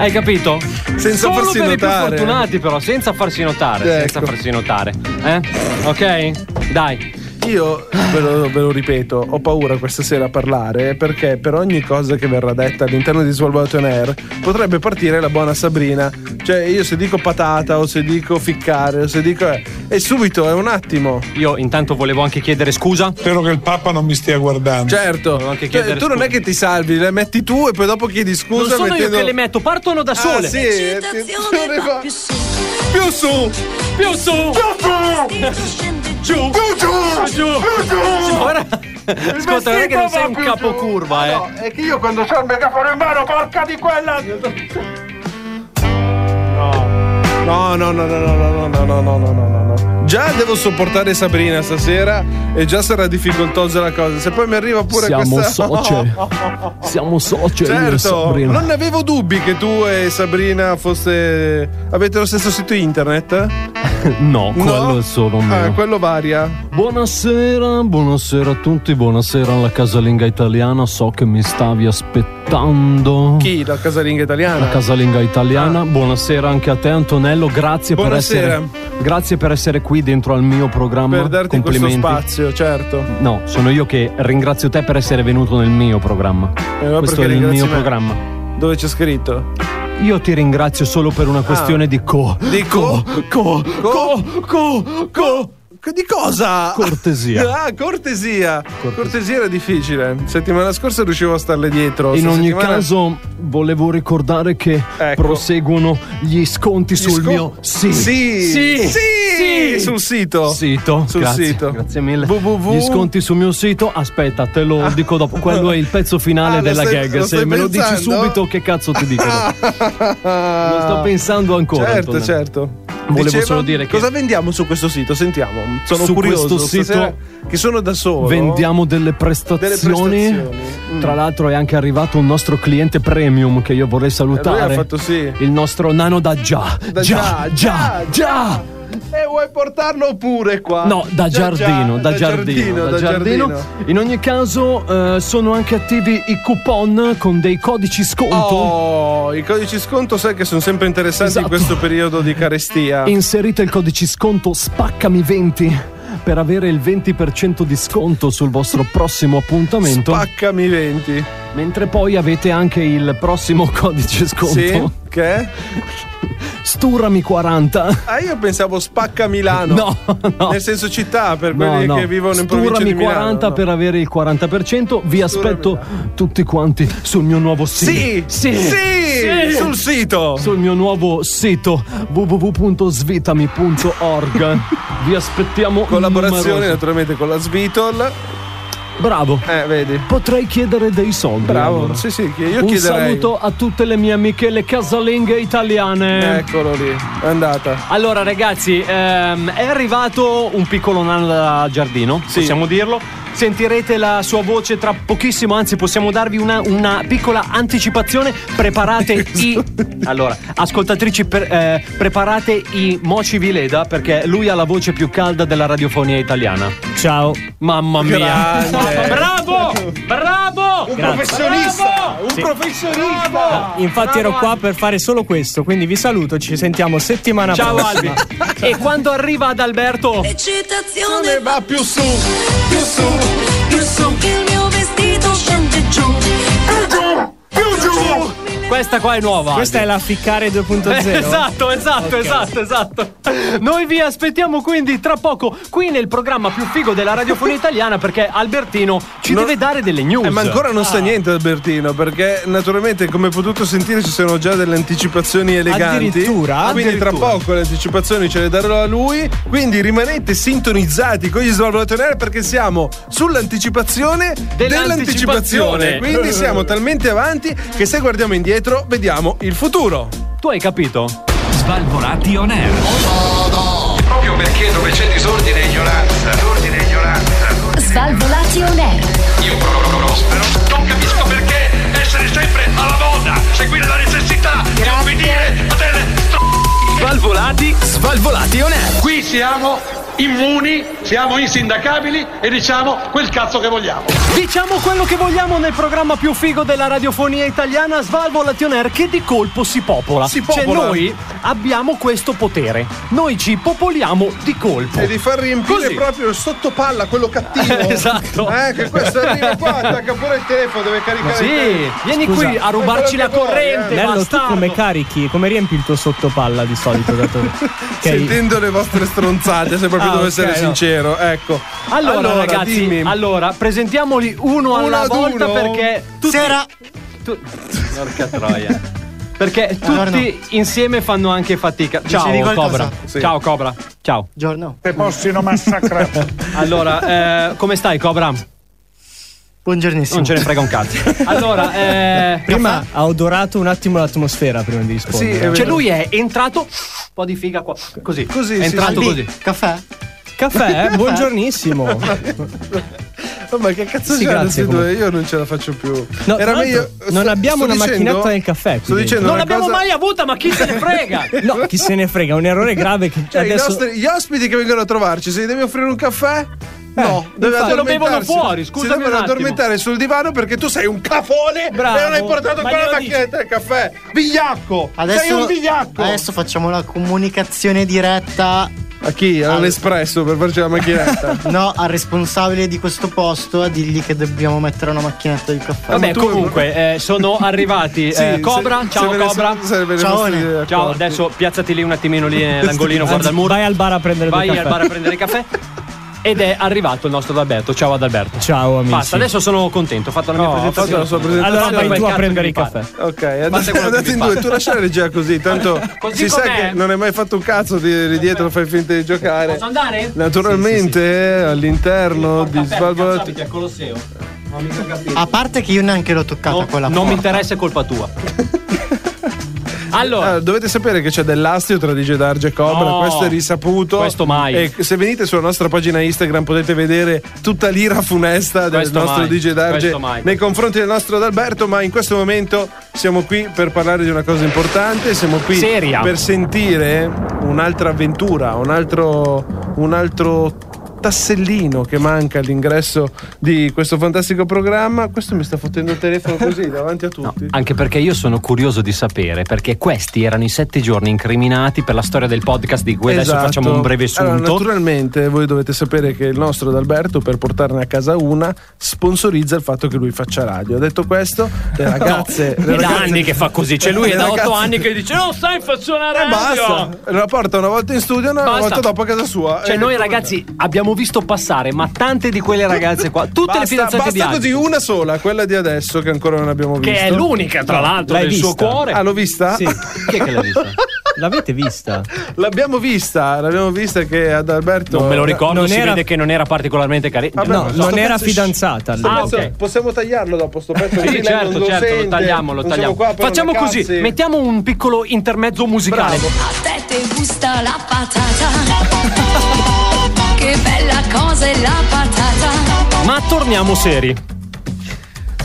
Hai capito? Senza Solo farsi per i notare. più fortunati però, senza farsi notare, Ecco. senza farsi notare. Eh? Ok? Dai. Io ve lo, ve lo ripeto, ho paura questa sera a parlare perché per ogni cosa che verrà detta all'interno di Svalbard on Air potrebbe partire la buona Sabrina. Cioè, io se dico patata o se dico ficcare o se dico. eh, è subito, è un attimo. Io intanto volevo anche chiedere scusa. Spero che il Papa non mi stia guardando. Certo, anche Cioè, chiedere tu non è che ti salvi, le metti tu e poi dopo chiedi scusa. non sono mettendo... io che le metto, partono da Ah, sole. sì, eh, ti- più su, più su, più su, più su, giù, giù, Ora, ascolta, non è che non sei un capocurva, eh. No, è che io quando c'ho il megafono in mano, porca di quella! No, no, no, no, no, no, no, no, no, no, no, no, no. Già devo sopportare Sabrina stasera e già sarà difficoltosa la cosa. Se poi mi arriva pure Siamo questa soci. Siamo soci. io e Certo, Sabrina. non avevo dubbi che tu e Sabrina foste avete lo stesso sito internet? No, quello è solo mio. Ah, quello varia. Buonasera, buonasera a tutti, buonasera alla casalinga italiana, so che mi stavi aspettando. Chi la casalinga italiana? La casalinga italiana, buonasera anche a te Antonello, grazie per Buonasera. essere grazie per essere qui dentro al mio programma. per darti questo Complimenti. spazio, certo. No, sono io che ringrazio te per essere venuto nel mio programma. allora Questo è Eh, perché il mio ringrazi me? programma. Dove c'è scritto? Io ti ringrazio solo per una questione di co. Ah. Di co- Co. Ecco, Co. Co. Co. Di cosa? Cortesia. Ah, cortesia. cortesia. era difficile. Settimana scorsa riuscivo a starle dietro. In Sta ogni settimana- Ecco. caso, volevo ricordare che proseguono gli sconti Gli sul scon- mio Sì. Sì. Sì. Sul sito. Sito. Sul grazie, sito. Grazie mille. www. Gli sconti sul mio sito. Aspetta, te lo dico dopo. Quello è il pezzo finale Ah, lo della stai- gag. lo Se stai me lo dici pensando? Ah. subito, che cazzo ti dico? dopo? lo sto pensando ancora. Certo, Antonello. certo. Volevo Diceva, solo dire che- Cosa vendiamo su questo sito? Sentiamo. Sono Su curioso. questo sito stasera, che sono da solo. Vendiamo delle prestazioni. Mm. Tra l'altro è anche arrivato un nostro cliente premium che io vorrei salutare. Eh, lui ha fatto sì. Il nostro nano da già. Da già, già, già. E vuoi portarlo pure qua? No, da Già, già, giardino, da, giardino, da giardino. In ogni caso eh, sono anche attivi i coupon con dei codici sconto. Oh, i codici sconto sai che sono sempre interessanti in Esatto. questo periodo di carestia. Inserite il codice sconto spaccami20 per avere il 20% di sconto sul vostro prossimo appuntamento. Spaccami 20. Mentre poi avete anche il prossimo codice sconto. Sì, che? Sturami 40. Ah, io pensavo spacca Milano. No, no. Nel senso città, per No, quelli no. che vivono in provincia Sturami di Milano. 40 no. per avere il 40%. Vi aspetto tutti quanti sul mio nuovo sito. Sì, sì, sì, sul sito. Sul mio nuovo sito www.svitami.org. Vi aspettiamo Collaborazione numerosi. naturalmente con la Svitol. Bravo. Eh, vedi. Potrei chiedere dei soldi. Bravo. allora. Sì, sì, che io Un chiederei. saluto a tutte le mie amiche le casalinghe italiane. Eccolo lì, è andata. Allora ragazzi, ehm, è arrivato un piccolo nano da giardino, possiamo dirlo. Sentirete la sua voce tra pochissimo, anzi possiamo darvi una, una piccola anticipazione. Preparate i... Allora, ascoltatrici, per- eh, preparate i Moci Vileda perché lui ha la voce più calda della radiofonia italiana. Ciao. Mamma mia. Grande. Bravo! Bravo! Un Grazie. professionista! Un professionista! Infatti ero qua per fare solo questo, quindi vi saluto, ci sentiamo settimana Ciao Albi. prossima. e quando arriva ad Alberto... eccitazione, va più su, più su, più su, il mio vestito scende giù, più giù, più giù. Questa qua è nuova. Questa è la ficcare 2.0. Eh, Esatto, esatto, Ok. esatto, esatto. Noi vi aspettiamo quindi tra poco qui nel programma più figo della radiofonia italiana perché Albertino ci Non- deve dare delle news. Eh, ma ancora non sa niente Albertino, perché naturalmente, come hai potuto sentire, ci sono già delle anticipazioni eleganti. Addirittura? Quindi tra Addirittura. poco le anticipazioni ce le darò a lui. Quindi rimanete sintonizzati con gli Svalvolatonere perché siamo sull'anticipazione Dell'anticipazione. dell'anticipazione. Quindi siamo talmente avanti che se guardiamo indietro vediamo il futuro. Ah, Tu hai capito? Svalvolati on air. Proprio perché dove c'è disordine e ignoranza, disordine e ignoranza. Svalvolati on air. Io prospero. Non capisco perché essere sempre alla moda, seguire la necessità di obbedire a delle Svalvolati, svalvolati on air. Qui siamo immuni, siamo insindacabili e diciamo quel cazzo che vogliamo. Diciamo quello che vogliamo nel programma più figo della radiofonia italiana, Svalvolation Air, che di colpo si popola. Si Cioè popola. noi abbiamo questo potere. Noi ci popoliamo di colpo. E di far riempire proprio il sottopalla, quello cattivo. Eh, esatto. Eh, che questo arriva qua, attacca pure il telefono, deve caricare il Sì, telefono. vieni Scusa. qui a rubarci Fai la quello che vuoi, corrente, eh. Nello, tu come carichi, come riempi il tuo sottopalla di solito da te? Sentendo le vostre stronzate, se proprio Ah, devo ok, essere no. sincero, ecco. Allora, ragazzi, dimmi. allora presentiamoli uno Uno alla ad volta uno. perché tutti, Sera. tu- porca troia. Eh, Perché tutti Buongiorno. insieme fanno anche fatica. Dicevi Ciao qualcosa? Cobra. Sì. Ciao Cobra. Ciao. Giorno. Te possino massacrare. allora, eh, come stai Cobra? Buongiornissimo. Non ce ne frega un cazzo. Allora, eh, prima ha odorato un attimo l'atmosfera prima di rispondere. eh. cioè lui è entrato un po' di figa qua, così. Così, è sì, entrato sì. così. Caffè? Caffè, buongiornissimo. Oh, ma che cazzo Sì, c'è grazie, adesso comunque. due? Io non ce la faccio più. No, tra l'altro, non abbiamo una macchinetta del caffè qui Sto dentro. dicendo Non una l'abbiamo cosa- Cioè, mai avuta, ma chi se ne frega? No, chi se ne frega, è un errore grave che Cioè, i adesso nostri- gli ospiti che vengono a trovarci, se gli devi offrire un caffè. No, Eh, infatti. deve Se lo addormentarsi. bevono fuori, Si scusami devono un attimo. addormentare sul divano perché tu sei un cafone Bravo, e non hai portato ma qua la glielo macchinetta del caffè. Vigliacco! sei un vigliacco! adesso facciamo la comunicazione diretta. A chi? All'espresso per farci la macchinetta. no, al responsabile di questo posto a dirgli che dobbiamo mettere una macchinetta di caffè. Vabbè, comunque, eh, sono arrivati. Sì, eh, se- Cobra, se ciao ve ne Cobra. so- se ve ne Ciao, fossi Ne. accorti. Ciao, adesso piazzati lì un attimino lì nell'angolino, Anzi, guarda il muro. Vai al bar a prendere Vai due al caffè. bar a prendere il caffè. Ed è arrivato il nostro Adalberto. Ciao Adalberto. Ciao amici. Basta, adesso sono contento, ho fatto la mia No, ha presentazione. fatto la sua presentazione. Allora vai Quel tu a cazzo prendere che il mi caffè. Ok, Basta andate, quello che andate mi in pare. due, tu lasciare leggera così, tanto Così si sa com'è? che non hai mai fatto un cazzo di, di dietro, fai finta di giocare. Posso andare? Naturalmente all'interno di Svalvolati. al Colosseo. Non mi A parte che io neanche l'ho toccata quella Non mi porta. interessa, è colpa tua. Allora, dovete sapere che c'è dell'astio tra DJ Darge e Cobra, No, questo è risaputo. questo mai. E se venite sulla nostra pagina Instagram potete vedere tutta l'ira funesta del Questo nostro mai, DJ Darge questo mai. nei confronti del nostro Adalberto, ma in questo momento siamo qui per parlare di una cosa importante, siamo qui Seria. per sentire un'altra avventura, un altro un altro tassellino che manca all'ingresso di questo fantastico programma. Questo mi sta fottendo il telefono così davanti a tutti. Anche perché io sono curioso di sapere, perché questi erano i sette giorni incriminati per la storia del podcast di cui adesso Esatto. facciamo un breve sunto. Allora, naturalmente, voi dovete sapere che il nostro Adalberto, per portarne a casa una, sponsorizza il fatto che lui faccia radio. Detto questo, le ragazze. No, le è da ragazze- anni che fa così, cioè lui è le da ragazze- otto anni che dice non sai far suonare E Eh, basta, la porta una volta in studio, una Basta. volta dopo a casa sua. Eh, Cioè E- noi ragazzi abbiamo visto passare, ma tante di quelle ragazze qua, tutte basta, le fidanzate basta di Agio. così una sola, quella di adesso che ancora non abbiamo visto. Che è l'unica, tra l'altro, L'hai del suo vista? cuore. Ah, l'ho vista? Sì. Chi è che l'ha vista? L'avete vista? L'abbiamo vista, l'abbiamo vista che ad Alberto. Non me lo ricordo, Non si era- vede che non era particolarmente carina. Vabbè, ma sto pezzo- sto Ah, pezzo- ok. Possiamo tagliarlo dopo sto pezzo? Sì, Così lei certo, non lo certo, sente. lo tagliamo, Non lo siamo tagliamo. qua per Facciamo una così, cazzi. mettiamo un piccolo intermezzo musicale. A te te gusta la patata. Che bella cosa è la patata. Ma torniamo seri.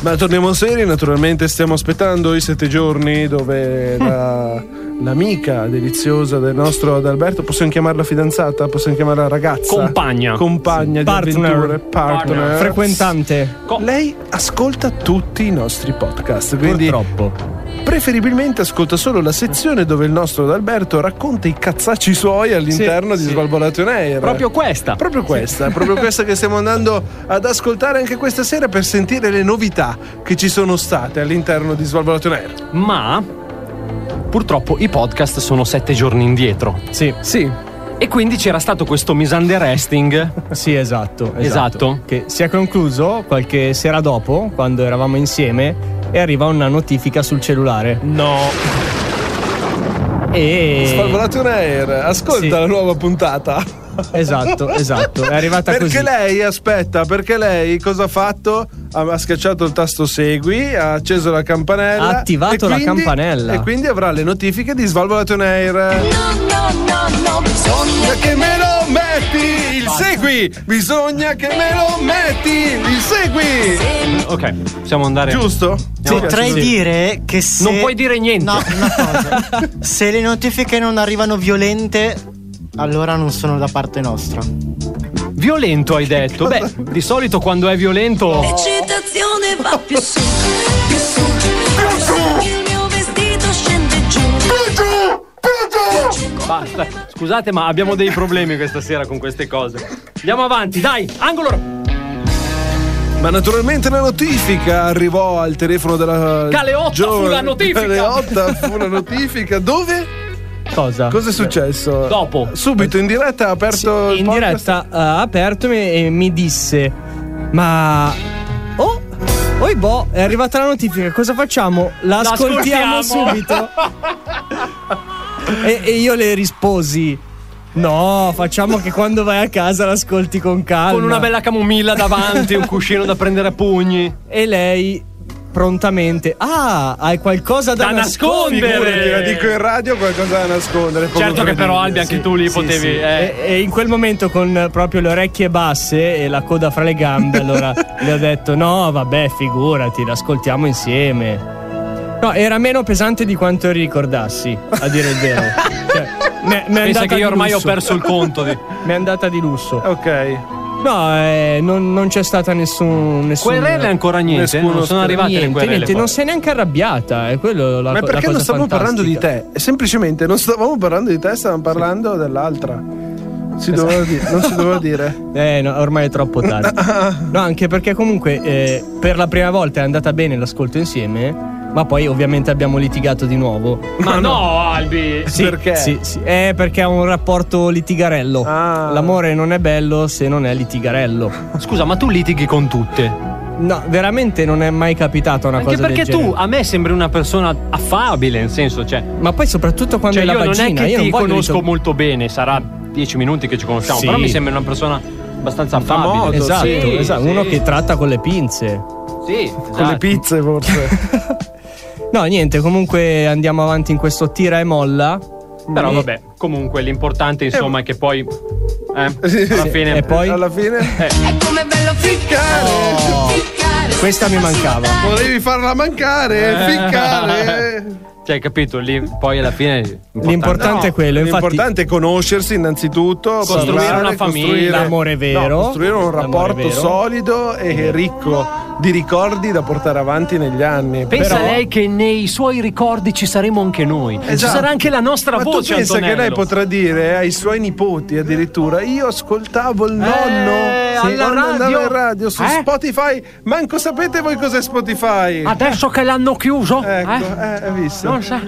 Ma torniamo seri, naturalmente stiamo aspettando i sette giorni dove Mm. la- l'amica deliziosa del nostro Adalberto, possiamo chiamarla fidanzata, possiamo chiamarla ragazza, Compagna. compagna di Partner. avventure, partner, Partner. Frequentante. Lei ascolta tutti i nostri podcast, quindi Preferibilmente ascolta solo la sezione dove il nostro Adalberto racconta i cazzacci suoi all'interno di Svalvolato on Air. Proprio questa. Proprio questa, proprio questa che stiamo andando ad ascoltare anche questa sera per sentire le novità che ci sono state all'interno di Svalvolato on Air. Ma purtroppo i podcast sono sette giorni indietro. Sì. Sì. E quindi c'era stato questo misunderstanding. Sì, esatto, Esatto. Che si è concluso qualche sera dopo, quando eravamo insieme, e arriva una notifica sul cellulare. No. E... Svalvolato on Air, ascolta Sì. la nuova puntata. Esatto, esatto, è arrivata perché così. lei, aspetta, perché lei cosa ha fatto? Ha, ha schiacciato il tasto segui, ha acceso la campanella. Ha attivato e la quindi- campanella. E quindi avrà le notifiche di Svalvolato on Air. No, no, no, Bisogna bisogna che me lo metti il segui! Bisogna che me lo metti il segui! Ok, possiamo andare. Giusto? Potrei dire che se. Non puoi dire niente. No, una cosa. se le notifiche non arrivano violente, allora non sono da parte nostra. Violento hai detto. Beh, di solito quando è violento. L'eccitazione va più su, più su, più su. Il mio vestito scende giù. Basta. Scusate, ma abbiamo dei problemi questa sera con queste cose. Andiamo avanti, dai, angolo. Ma naturalmente la notifica arrivò al telefono della. Caleotta fu la notifica. Caleotta fu la notifica. Dove? Cosa? Cosa è successo? Dopo. Subito in diretta ha aperto. il in podcast? diretta ha aperto mi- e mi disse: Ma. Oh! Oi boh, è arrivata la notifica, cosa facciamo? La ascoltiamo ascoltiamo." subito. e, e io le risposi: No, facciamo che quando vai a casa l'ascolti con calma. Con una bella camomilla davanti, un cuscino da prendere a pugni. E lei prontamente: Ah, hai qualcosa da, Da nascondere!" Figurati, la dico in radio qualcosa da nascondere. poco Certo che però, credibile. Albi, anche tu lì Sì, potevi. sì. eh. E, e in quel momento con proprio le orecchie basse e la coda fra le gambe, allora le ho detto: No, vabbè, figurati, l'ascoltiamo insieme. No, era meno pesante di quanto ricordassi, a dire il vero. Cioè, mi- mi è Pensa andata che di io ormai lusso. ho perso il conto. Di... Mi è andata di lusso. Ok. No, eh, non, non c'è stata nessun. nessun Querele ancora niente, nessuno non sper- sono arrivate le niente, querele niente, poi. non si è neanche arrabbiata. È quello la Ma co- perché la non cosa stavamo parlando di fantastica. te? Semplicemente non stavamo parlando di te, stavamo parlando dell'altra. Si Esatto. doveva dire, non si doveva dire. Ah, Eh, no, ormai è troppo tardi. No, anche perché comunque eh, per la prima volta è andata bene l'ascolto insieme, ma poi ovviamente abbiamo litigato di nuovo. Ma no, Albi. Sì, Sì, sì. Eh, perché è un rapporto litigarello. Ah, L'amore non è bello se non è litigarello. Scusa, ma tu litighi con tutte? No, veramente non è mai capitata una Anche cosa del perché genere. tu a me sembri una persona affabile, nel senso, cioè. Ma poi soprattutto quando Cioè, è la io non è vagina, che io ti non voglio conosco ritorn- molto bene, sarà dieci minuti che ci conosciamo, Sì. però mi sembra una persona abbastanza affabile. Famoso, esatto, Sì, esatto. sì, uno che tratta con le pinze. Sì, Con le Ah. esatto. pizze forse. No, niente, comunque andiamo avanti in questo tira e molla. Però E- vabbè, comunque l'importante insomma è che poi eh, alla Sì, fine e poi? Alla fine. È come bello ficcare, Oh. ficcare. Questa mi mancava. Volevi farla Eh. mancare, ficcare. Cioè, hai capito, lì poi alla fine l'importante, L'importante è quello, infatti- L'importante è conoscersi innanzitutto, Sì. Costruire parlare, una famiglia. costruire- L'amore vero. no, costruire un L'amore rapporto vero. solido e ricco di ricordi da portare avanti negli anni. Pensa Però- lei che nei suoi ricordi ci saremo anche noi. eh, Ci Esatto. sarà anche la nostra Ma voce. tu pensa che lei Antonello. potrà dire ai suoi nipoti addirittura io ascoltavo il nonno Eh, alla quando andavo radio. in radio su Eh? Spotify manco sapete voi cos'è Spotify Adesso che l'hanno chiuso, ecco eh? eh, hai visto Non sa-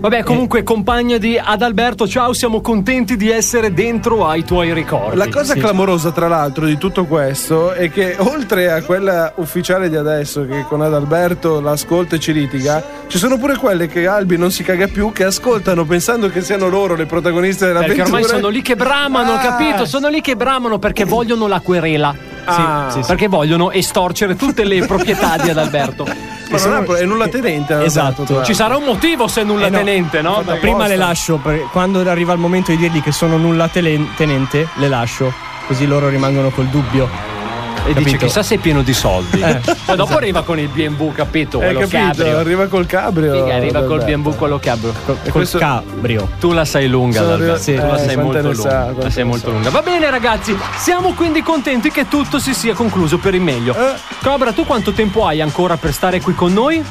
Vabbè, comunque, compagna di Adalberto, ciao, siamo contenti di essere dentro ai tuoi ricordi. La cosa Sì. clamorosa, tra l'altro, di tutto questo è che oltre a quella ufficiale di adesso, che con Adalberto l'ascolta e ci litiga, ci sono pure quelle che Albi non si caga più, che ascoltano pensando che siano loro le protagoniste della Perché ormai sono lì che bramano, capito? Sono lì che bramano perché vogliono la querela. Ah. Sì, sì, sì. Perché vogliono estorcere tutte le proprietà di Adalberto. Ma non è, è nulla tenente. Adalberto, Esatto. tra l'altro. Ci sarà un motivo se nulla Eh no. tenente, no? Vabbè, prima le lascio, per- quando arriva il momento di dirgli che sono nulla telen- tenente, le lascio, così loro rimangono col dubbio. E dice, Capito? chissà se è pieno di soldi. Eh. Poi dopo arriva con il BMW, Esatto. capito? Hai Quello capito? cabrio. Arriva col cabrio. Figa, arriva col Adalberto. BMW quello cabrio. Col questo- cabrio. Tu la sai lunga, Sono arrivato- Adalberto. sì, tu la eh, sai quante molto ne sa, lunga. quante la sai ne molto sa. lunga. Va bene, ragazzi, siamo quindi contenti che tutto si sia concluso per il meglio. Cobra, tu quanto tempo hai ancora per stare qui con noi?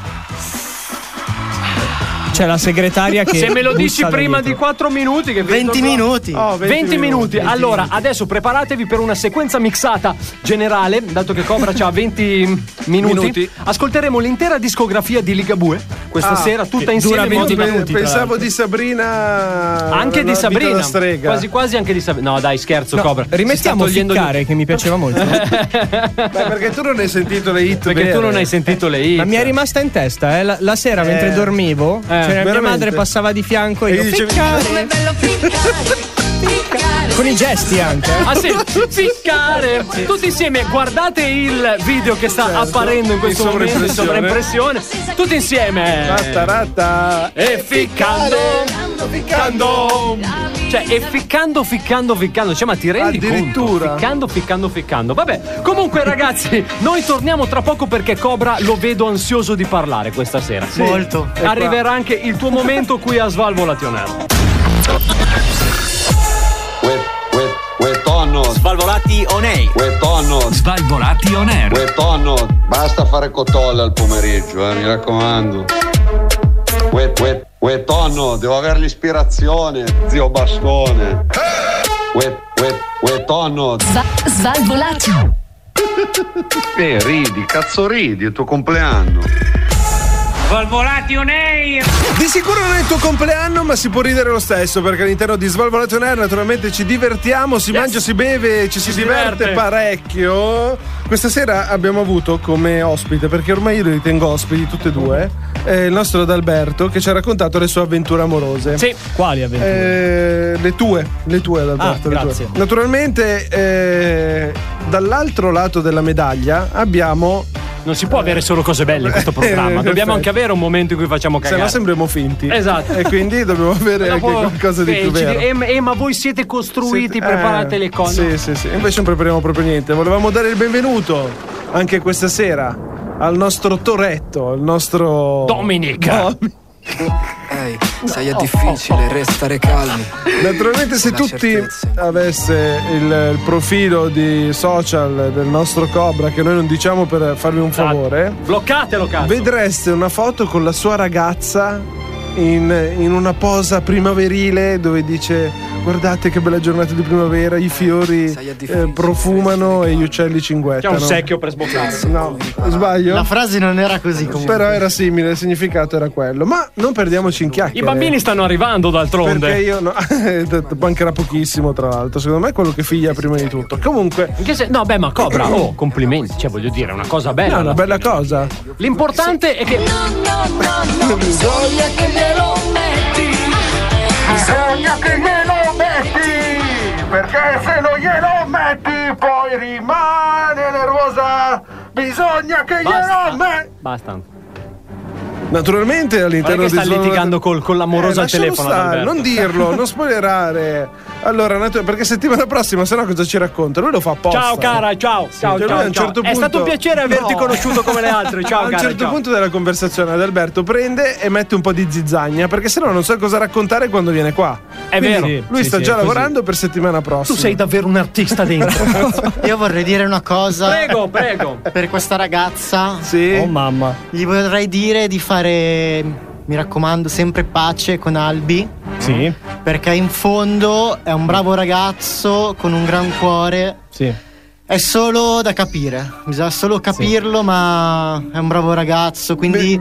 C'è la segretaria che. Se me lo dici bussa da prima dietro. di 4 minuti, che 20 minuti. Oh, 20, minuti. allora, adesso preparatevi per una sequenza mixata generale, dato che Cobra ha 20 minuti. Minuti. Ascolteremo l'intera discografia di Ligabue questa Ah, sera, tutta che insieme. dura in 20 modo da- minuti. tra Pensavo l'altro. di Sabrina. Anche la di Sabrina. Vita da strega. Quasi quasi anche di Sabrina. No, dai, scherzo, No, Cobra. rimettiamo Si sta togliendo Ficcare, che mi piaceva molto. ma Beh, perché tu non hai sentito le hit. Perché tu vere. non hai sentito le hit. Eh. mi è rimasta in testa, eh. La, la sera mentre dormivo, c'era mia veramente. madre passava di fianco e, E io dicevi- "Ficcare", Bello ficcare, ficcare. con i gesti anche. eh. Ah sì, ficcare tutti insieme guardate il video che sta Certo. apparendo in questo in momento in sovraimpressione. sovraimpressione tutti insieme Ratta, ratta. e ficcando Eh. Ficcando. ficcando La vita Cioè, e ficcando, ficcando, ficcando. Cioè, ma ti rendi Addirittura. conto? Ficcando, ficcando, ficcando. Vabbè, comunque, ragazzi, noi torniamo tra poco perché Cobra lo vedo ansioso di parlare questa sera. Sì. Molto. È qua. Arriverà anche il tuo momento qui a Svalvolationario. tonno. Svalvolati on air. tonno. Svalvolati on air. tonno. Basta fare cotolla al pomeriggio, eh, mi raccomando. Uè, uè, uè, tonno, devo avere l'ispirazione, zio bastone. Uè, uè, uè, tonno. Sva- Svalvolati. Eh, ridi, cazzo ridi, è il tuo compleanno. Svalvolati on air! Di sicuro non è il tuo compleanno, ma si può ridere lo stesso, perché all'interno di Svalvolati on air naturalmente ci divertiamo, si mangia, si beve, ci si, si diverte, diverte. parecchio. Questa sera abbiamo avuto come ospite, perché ormai io li ritengo ospiti tutti e due, eh, il nostro Adalberto che ci ha raccontato le sue avventure amorose. Sì. Quali avventure? Eh, le tue, le tue Adalberto. Ah, le tue. grazie. Naturalmente eh, dall'altro lato della medaglia abbiamo... Non si può avere solo cose belle in questo programma. Dobbiamo anche avere un momento in cui facciamo Eh, Se cagare. no sembriamo finti. Esatto. E quindi dobbiamo avere Ma anche dopo- qualcosa di eh, più ci- vero. eh, ma- eh, ma voi siete costruiti, Siete- preparate eh, le cose. Sì, sì, sì. Invece non prepariamo proprio niente. Volevamo dare il benvenuto anche questa sera al nostro Toretto, al nostro. Dominic. Ehi, sai è difficile restare calmi. Naturalmente, se La tutti certezza. avesse il, il profilo di social del nostro Cobra, che noi non diciamo per farvi un Esatto. favore, Bloccatelo, cazzo. vedreste una foto con la sua ragazza in, in una posa primaverile dove dice: Guardate che bella giornata di primavera, i fiori eh, profumano e gli uccelli cinguettano. per sboccare. No, eh, sbaglio. La frase non era così comunque. Però era simile, il significato era quello. Ma non perdiamoci in chiacchiere. I bambini stanno arrivando d'altronde. Perché io no, mancherà pochissimo, tra l'altro. Secondo me è quello che figlia prima di tutto. Comunque. In che sen- no, beh, ma Cobra, oh, complimenti. Cioè, voglio dire, è una cosa bella. No, è una bella cosa. L'importante è che. No, bisogna che me lo metti. Bisogna che me lo metti! Perché se non glielo metti poi rimane nervosa! Bisogna che glielo metti! Basta. Naturalmente all'interno Guarda che di sta litigando col- con l'amorosa al lascialo telefono, Eh, stare, Adalberto. non dirlo, non spoilerare. Allora, natu- perché settimana prossima, sennò cosa ci racconta? Lui lo fa apposta. Ciao, cara, ciao. cioè, ciao, ciao, lui a un ciao. certo È stato un piacere averti conosciuto come le altre. Ciao, a un cara, certo ciao. punto della conversazione, Adalberto prende e mette un po' di zizzagna perché sennò non so cosa raccontare quando viene qua. È Quindi vero. Lui Sì, sta sì, è già così. lavorando per settimana prossima. Tu sei davvero un artista dentro. Io vorrei dire una cosa. Prego, prego. Per questa ragazza. Sì. Oh mamma. Gli vorrei dire di fare. Mi raccomando, sempre pace con Albi. Sì. Perché in fondo è un bravo ragazzo con un gran cuore. Sì. È solo da capire, bisogna solo capirlo, ma è un bravo ragazzo, quindi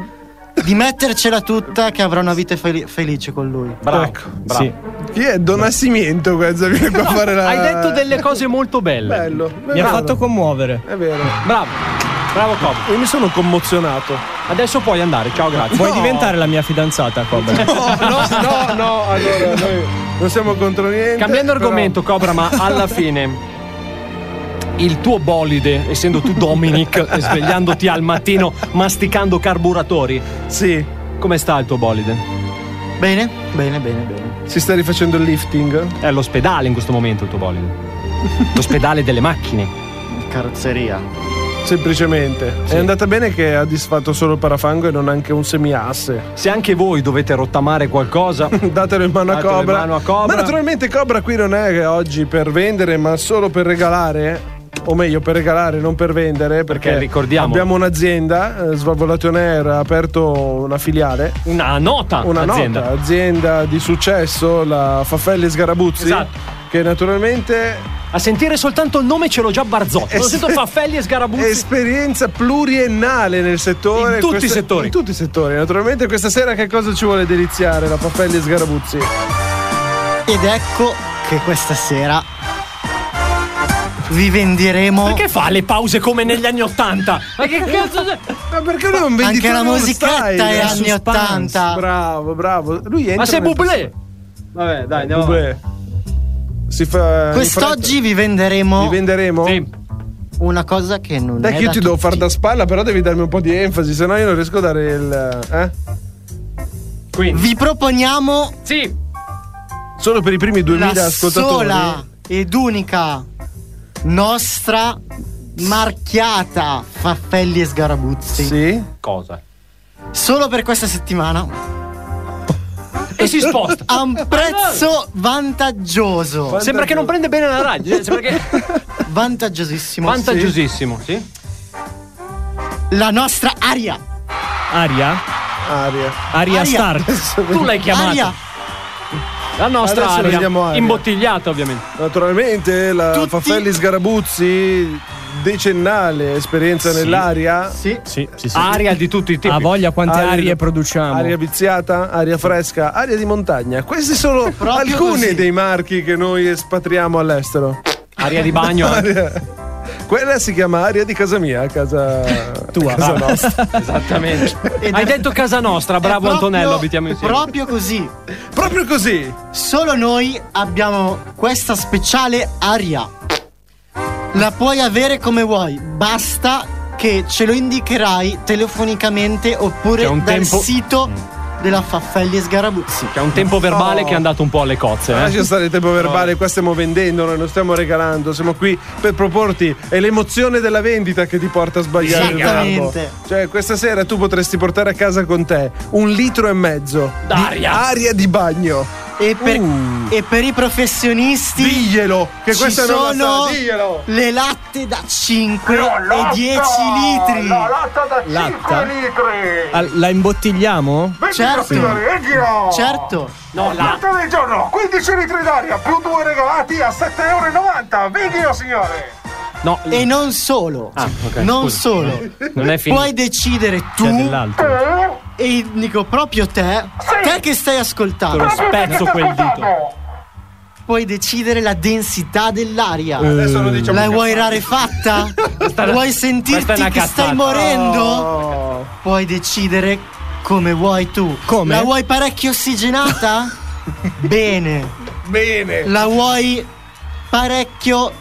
di mettercela tutta che avrà una vita fel- felice con lui. Bravo, Ecco. bravo. Sì. Chi è Don Assimiento questo? Viene qua a fare la... Hai detto delle cose molto belle. Bello. Mi ha fatto commuovere. È vero. Bravo. Bravo, Cobra. Io mi sono commozionato. Adesso puoi andare. Ciao, grazie. Vuoi No. diventare la mia fidanzata, Cobra? No, no, no, no, allora noi non siamo contro niente. Cambiando però- argomento, Cobra, ma alla fine. Il tuo bolide, essendo tu Dominic, e svegliandoti al mattino masticando carburatori. Sì. Come sta il tuo bolide? Bene, bene, bene, bene. Si sta rifacendo il lifting? È all'ospedale in questo momento il tuo bolide. L'ospedale delle macchine. Carrozzeria. Semplicemente. È andata bene che ha disfatto solo il parafango e non anche un semiasse. Se anche voi dovete rottamare qualcosa, datelo in mano a Datelo in Cobra. mano a Cobra. Ma naturalmente Cobra qui non è che oggi per vendere, ma solo per regalare. O meglio, per regalare, non per vendere. Perché, Perché ricordiamo- Abbiamo un'azienda, eh, Svalvolation Air ha aperto una filiale. una nota una Ah, azienda. nota azienda di successo, la Faffelli Sgarabuzzi. Esatto. Che naturalmente. A sentire soltanto il nome ce l'ho già Barzotto. Lo sento Faffelli e Sgarabuzzi. Esperienza pluriennale nel settore. In tutti i settori. In tutti i settori. Naturalmente, questa sera che cosa ci vuole deliziare la Faffelli Sgarabuzzi? Ed ecco che questa sera vi vendiremo... Perché fa le pause come negli anni Ottanta? Ma che cazzo. Ma perché non vedi Anche tu la lo musichetta style? è Il anni suspense. 80. Bravo, bravo. Lui entra Ma sei nel- Bublé? Vabbè, dai, andiamo. avanti. Bublé. Si fa. Quest'oggi vi venderemo... Vi venderemo? Sì. Una cosa che non Dai, è che io da ti devo tutti. far da spalla, però devi darmi un po' di enfasi, sennò io non riesco a dare il. Eh? Quindi. Vi proponiamo Sì. Solo per i primi 2000 la ascoltatori. sola ed unica nostra marchiata Faffelli e Sgarabuzzi. Sì. Cosa? Solo per questa settimana. E si sposta. A un prezzo vantaggioso. Sembra che non prende bene la radio. eh, Sembra che... Vantaggiosissimo. Vantaggiosissimo, sì. La nostra aria. Aria? Aria. Aria, Star. Tu l'hai chiamata. Aria. La nostra Adesso aria. vediamo aria. Imbottigliata, ovviamente. Naturalmente la Faffelli Sgarabuzzi decennale esperienza Sì. nell'aria. Sì. Sì, sì, Aria di tutti i tipi. Ha voglia quante arie produciamo. Aria viziata, aria fresca, aria di montagna. Questi sono Proprio alcuni così. dei marchi che noi espatriamo all'estero. Aria di bagno. eh, Aria- Quella si chiama aria di casa mia, casa tua. Casa Ah. nostra. Esattamente. Hai detto casa nostra, bravo È proprio- Antonello, abitiamo insieme. Proprio così. proprio così. Solo noi abbiamo questa speciale aria. La puoi avere come vuoi, basta che ce lo indicherai telefonicamente oppure C'è un dal tempo- Mm. sito della Faffelli e Sgarabuzzi. C'è un tempo verbale No. che è andato un po' alle cozze. eh. Lascia stare il tempo verbale, qua stiamo vendendo, noi non stiamo regalando, siamo qui per proporti. È l'emozione della vendita che ti porta a sbagliare il verbo. Esattamente. Cioè, questa sera tu potresti portare a casa con te un litro e mezzo di D'aria. aria di bagno. Uh, E per, Uh. e per i professionisti Diglielo, che ci questa non la sa, sono diglielo. le latte da 5 La e latta! 10 litri. La latta da 5 litri! Ah, la imbottigliamo? Certo. Leggilo! Certo. No, la- Latta del giorno, 15 litri d'aria, più due regalati a 7,90€. Veghio, oh, signore! No, E non solo. Ah, ok, non scusa. solo. Non è finito. Puoi decidere tu C'è dell'altro. e indico proprio te, te che stai Te ascoltando. lo spezzo quel dito. Puoi decidere la densità dell'aria. Eh, Adesso non diciamo La che- vuoi rarefatta? vuoi sentirti questa è che una stai cazzata. morendo? Oh. Puoi decidere come vuoi tu. Come? La vuoi parecchio ossigenata? Bene. Bene. La vuoi parecchio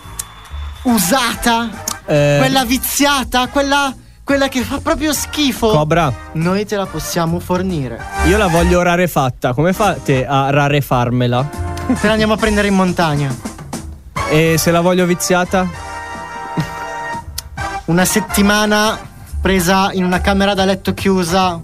usata? Eh, Quella viziata? Quella, quella che fa proprio schifo? Cobra, Noi te la possiamo fornire. io la voglio rarefatta. Come fate a rarefarmela? Te la andiamo a prendere in montagna. E se la voglio viziata? Una settimana presa in una camera da letto chiusa.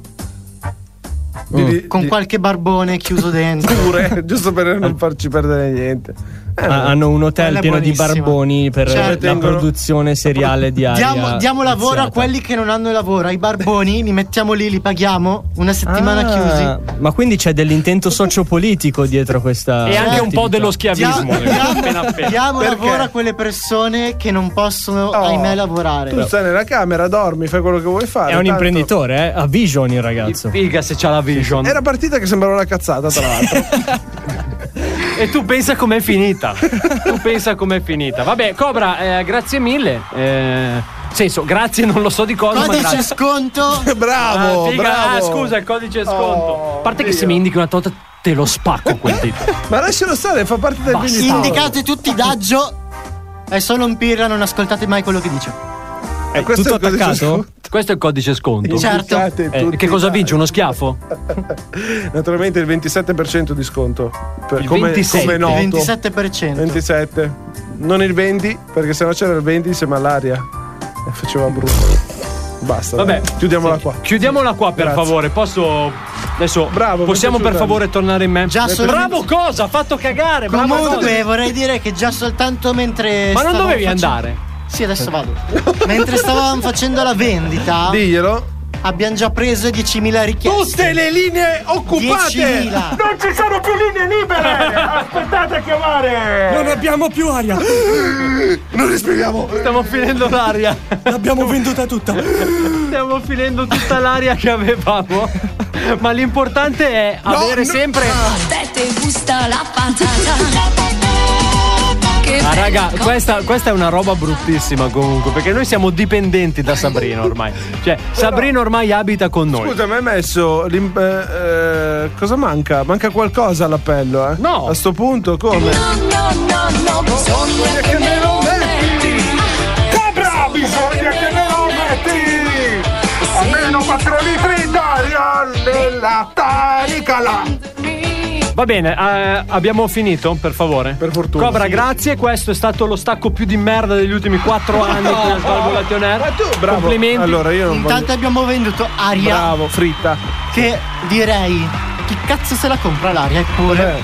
Di- Con di- qualche barbone chiuso dentro. Pure, giusto per non farci perdere niente. Eh, Ah, hanno un Quella hotel è pieno di buonissima. barboni per Certo. la Tengono- produzione seriale di aria. Diamo, diamo lavoro a viziata. quelli che non hanno lavoro. Ai barboni li mettiamo lì, li paghiamo. Una settimana Ah, chiusi. Ma quindi c'è dell'intento sociopolitico dietro questa. E anche un po' attività. dello schiavismo. eh, Diamo- appena appena. Diamo Perché? lavoro a quelle persone che non possono, Oh. ahimè, lavorare. Tu stai nella camera, dormi, fai quello che vuoi fare. È un tanto- imprenditore, eh? Ha vision il ragazzo. Figa se c'ha la vision. Era partita che sembrava una cazzata, tra l'altro. E tu pensa com'è finita. tu pensa com'è finita. Vabbè, Cobra, eh, grazie mille. Eh, senso, grazie, non lo so di cosa. ma Codice grazie. sconto. bravo, Ah, figa, bravo. ah, scusa, il codice sconto. Oh, A parte che figa. se mi indichi una tota, te lo spacco quel dito. Ma lascialo stare, fa parte del Basta. venditore. Indicate tutti Daggio. È solo un pirla, non ascoltate mai quello che dice. Eh, questo tutto è il codice attaccato? sconto. Questo è il codice sconto. Certo. Indicate Eh, tutti che cosa i dati. vince? Uno schiaffo? Naturalmente il 27% di sconto. Per- Il come, 27, come il noto. Il 27%. 27. Non il 20, perché sennò c'era il 20 insieme all'aria. E faceva brutto. Basta. Vabbè, dai. chiudiamola qua. Chiudiamola qua per Grazie. favore. Posso. Adesso. Bravo, mi è Possiamo per piaciuta. favore tornare in me? Già solo- Bravo cosa? Ha fatto cagare. Bravo cosa? Comunque vorrei dire che già soltanto mentre. Ma non stavamo dovevi facendo- andare? Sì, Eh. adesso vado. mentre stavamo facendo la vendita, Diglielo. abbiamo già preso 10.000 richieste. Tutte le linee occupate. 10.000. Non ci sono più linee libere! Aspettate a chiamare! Non abbiamo più aria! Non respiriamo. Stiamo finendo l'aria. L'abbiamo venduta tutta! Stiamo finendo tutta l'aria che avevamo. Ma l'importante è avere no. sempre. A te te gusta la patata. Che Ah, bella raga, cosa. questa, questa è una roba bruttissima comunque, perché noi siamo dipendenti da Sabrina ormai. Cioè, Sabrina ormai abita con noi. Scusa, mi hai messo. l'im- eh, eh, cosa manca? Manca qualcosa all'appello, eh? No. A sto punto, come? No, no, no, no, bisogna che me lo metti. Cobra, bisogna che me lo metti! Almeno 4 litri d'aria nella taricala! Me. Va bene, eh, abbiamo finito, per favore. Per fortuna. Cobra, Sì. grazie. Questo è stato lo stacco più di merda degli ultimi 4 anni qui al Svalvolati On Air. Ma tu, Ah, bravo. Complimenti. Allora, io non Intanto abbiamo venduto aria. Bravo, fritta. Che direi. Chi cazzo se la compra l'aria eppure?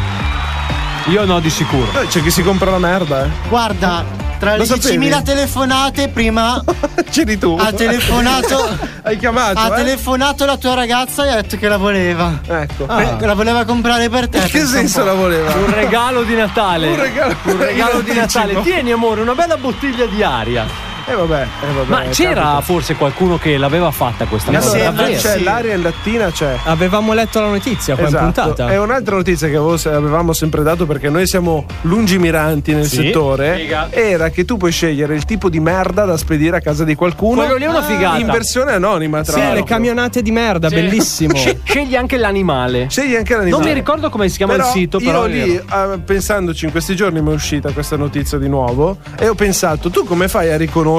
Io no, di sicuro. Eh. c'è chi si compra la merda, eh. Guarda, tra Lo le sapevi? 10.000 telefonate prima C'eri tu. ha telefonato Hai chiamato? ha eh? telefonato la tua ragazza e ha detto che la voleva. Ecco. La voleva comprare per te. In che senso la voleva? Ah. Un regalo di Natale. Un regalo- Un regalo di in anticipo. Natale. Tieni, amore, una bella bottiglia di aria. Eh vabbè, eh vabbè. Ma c'era capita. forse qualcuno che l'aveva fatta questa Allora, cosa? c'è Davvero? l'aria in lattina c'è. Avevamo letto la notizia qua Esatto. in puntata. È un'altra notizia che avevo- avevamo sempre dato perché noi siamo lungimiranti nel Sì. settore. Figa. Era che tu puoi scegliere il tipo di merda da spedire a casa di qualcuno. Ah. Quello lì è una figata. In versione anonima, tra Sì, l'altro. le camionate di merda, Sì. bellissimo. Sce- Scegli anche l'animale. Scegli anche l'animale. Non mi ricordo come si chiama Però il sito, io però. è lì, vero. eh, pensandoci, in questi giorni mi è uscita questa notizia di nuovo e ho pensato, tu come fai a riconoscere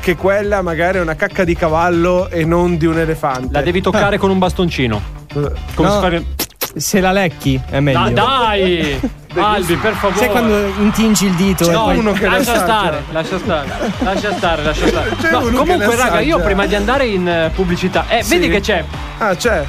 che quella magari è una cacca di cavallo e non di un elefante? Eh, La devi toccare con un bastoncino. Come No, si fa- Se la lecchi è meglio. Da- dai! Albi, per favore. Sai quando intingi il dito? C'è e poi- uno che lascia stare, lascia stare, lascia stare, lascia stare. C'è No, uno che comunque, le raga, io assaggia. prima di andare in eh, pubblicità, eh, Sì. vedi che c'è Ah, c'è.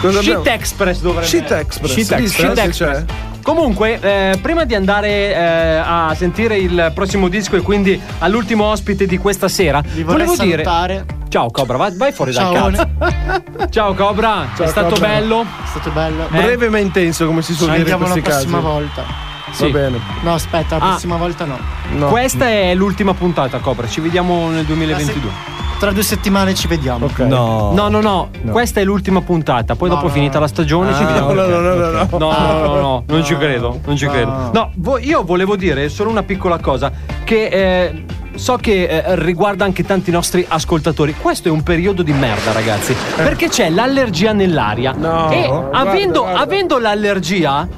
Shit abbiamo? Express dovrebbe Shit Express. Shit Express. Shit Express, Express. Comunque, eh, prima di andare eh, a sentire il prossimo disco e quindi all'ultimo ospite di questa sera, vorrei volevo dire. salutare. Ciao Cobra, vai, vai fuori Ciao. dal cazzo. Ciao Cobra, è stato Cobra. bello. È stato bello. Breve ma intenso, come si suol Eh, Ci dire in vediamo la questi casi. prossima volta. Sì. Va bene. No, aspetta, la Ah. prossima volta no. Ah, Questa è l'ultima puntata, Cobra. Ci vediamo nel 2022. Tra due settimane ci vediamo. No. no, no, Questa è l'ultima puntata. Poi, Oh. No, dopo no, finita la stagione, ci Ah, vediamo. no, no, no, no, Ok. no. no, no, no, no, non Ah. ci credo. Non ci credo. No, vo- io volevo dire solo una piccola cosa che. eh, So che eh, riguarda anche tanti nostri ascoltatori. Questo è un periodo di merda, ragazzi. Perché c'è l'allergia nell'aria. Eh. No, e guarda, avendo, guarda. avendo l'allergia,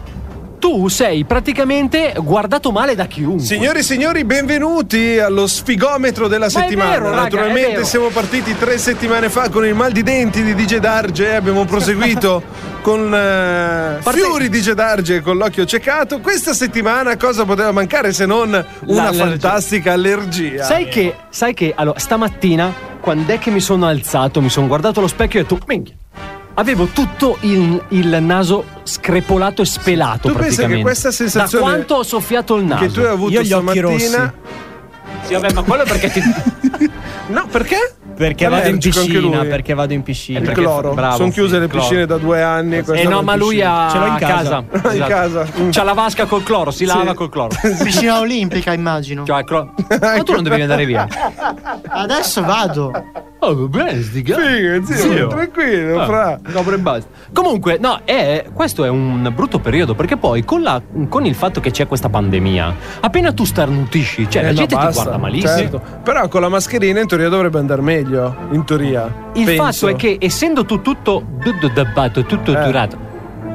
tu sei praticamente guardato male da chiunque. Signori e signori, benvenuti allo sfigometro della Ma è settimana. vero, raga, Naturalmente è vero. siamo partiti tre settimane fa con il mal di denti di DJ Darge e abbiamo proseguito con eh, Fiori DJ Darge con l'occhio ciecato. Questa settimana cosa poteva mancare se non una L'allergia. fantastica allergia? Sai che, sai che, allora, stamattina, quando è che mi sono alzato, mi sono guardato allo specchio e ho detto, minchia, avevo tutto il, il naso screpolato e spelato Tu pensa praticamente. che questa sensazione Da quanto ho soffiato il naso? che tu hai avuto stamattina Sì, vabbè, ma quello perché ti... No, perché? Perché vado in Allergico anche piscina, lui. perché vado in piscina. Il Perché- cloro, bravo, sono sì, chiuse le il cloro. piscine da due anni. Eh questa no, non ma lui piscina. ha In Esatto. casa. C'ha la vasca col cloro, si Sì. lava col cloro. Piscina olimpica, immagino. Cioè, cloro. Ma tu non devi andare via. Adesso vado. Oh, va bene, sti cazzi. Figa, zio, Zio. tranquillo, Ah, fra. copre e basta. Comunque, no, è- questo è un brutto periodo perché poi con, la- con il fatto che c'è questa pandemia, appena tu starnutisci, cioè Eh, la no, gente ti basta, guarda malissimo. certo. Però con la mascherina in teoria dovrebbe andare meglio. In teoria. Il Penso. fatto è che essendo tu tutto tutto dabbato, tutto Eh. durato.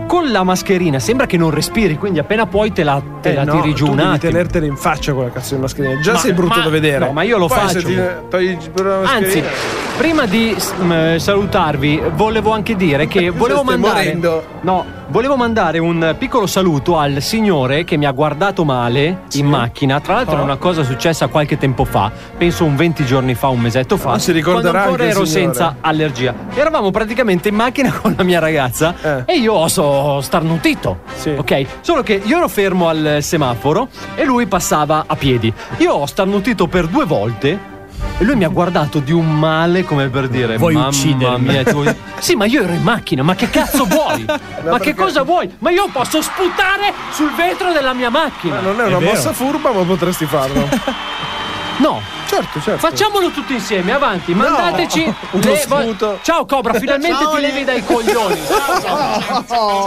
Con la mascherina sembra che non respiri, quindi appena puoi te la, te Eh, la no, tiri giù tu un devi attimo. tenertela in faccia quella cazzo di mascherina. Già Ma- sei brutto ma- da vedere. no, ma io lo Poi faccio. se ti togli pure la Anzi, mascherina. prima di mm, salutarvi, volevo anche dire che volevo Stai mandare. morendo. No, volevo mandare un piccolo saluto al signore che mi ha guardato male in macchina. Tra l'altro, è Ah. una cosa successa qualche tempo fa, penso un 20 giorni fa, un mesetto fa. Ah, si ricorderà quando ancora anche il ero signore. senza allergia. Eravamo praticamente in macchina con la mia Eh. ragazza e io ho so- starnutito. Ok, solo che io ero fermo al semaforo e lui passava a piedi. Io ho starnutito per due volte. E lui mi ha guardato di un male come per dire: Vuoi Mamma uccidermi?" mia, ti voglio- sì, ma io ero in macchina, ma che cazzo vuoi? ma che perché- cosa vuoi? Ma io posso sputare sul vetro della mia macchina. Ma non è una mossa furba, ma potresti farlo. No, certo, certo. facciamolo tutti insieme, avanti, mandateci uno le sputo. Ciao Cobra, finalmente ti levi dai coglioni.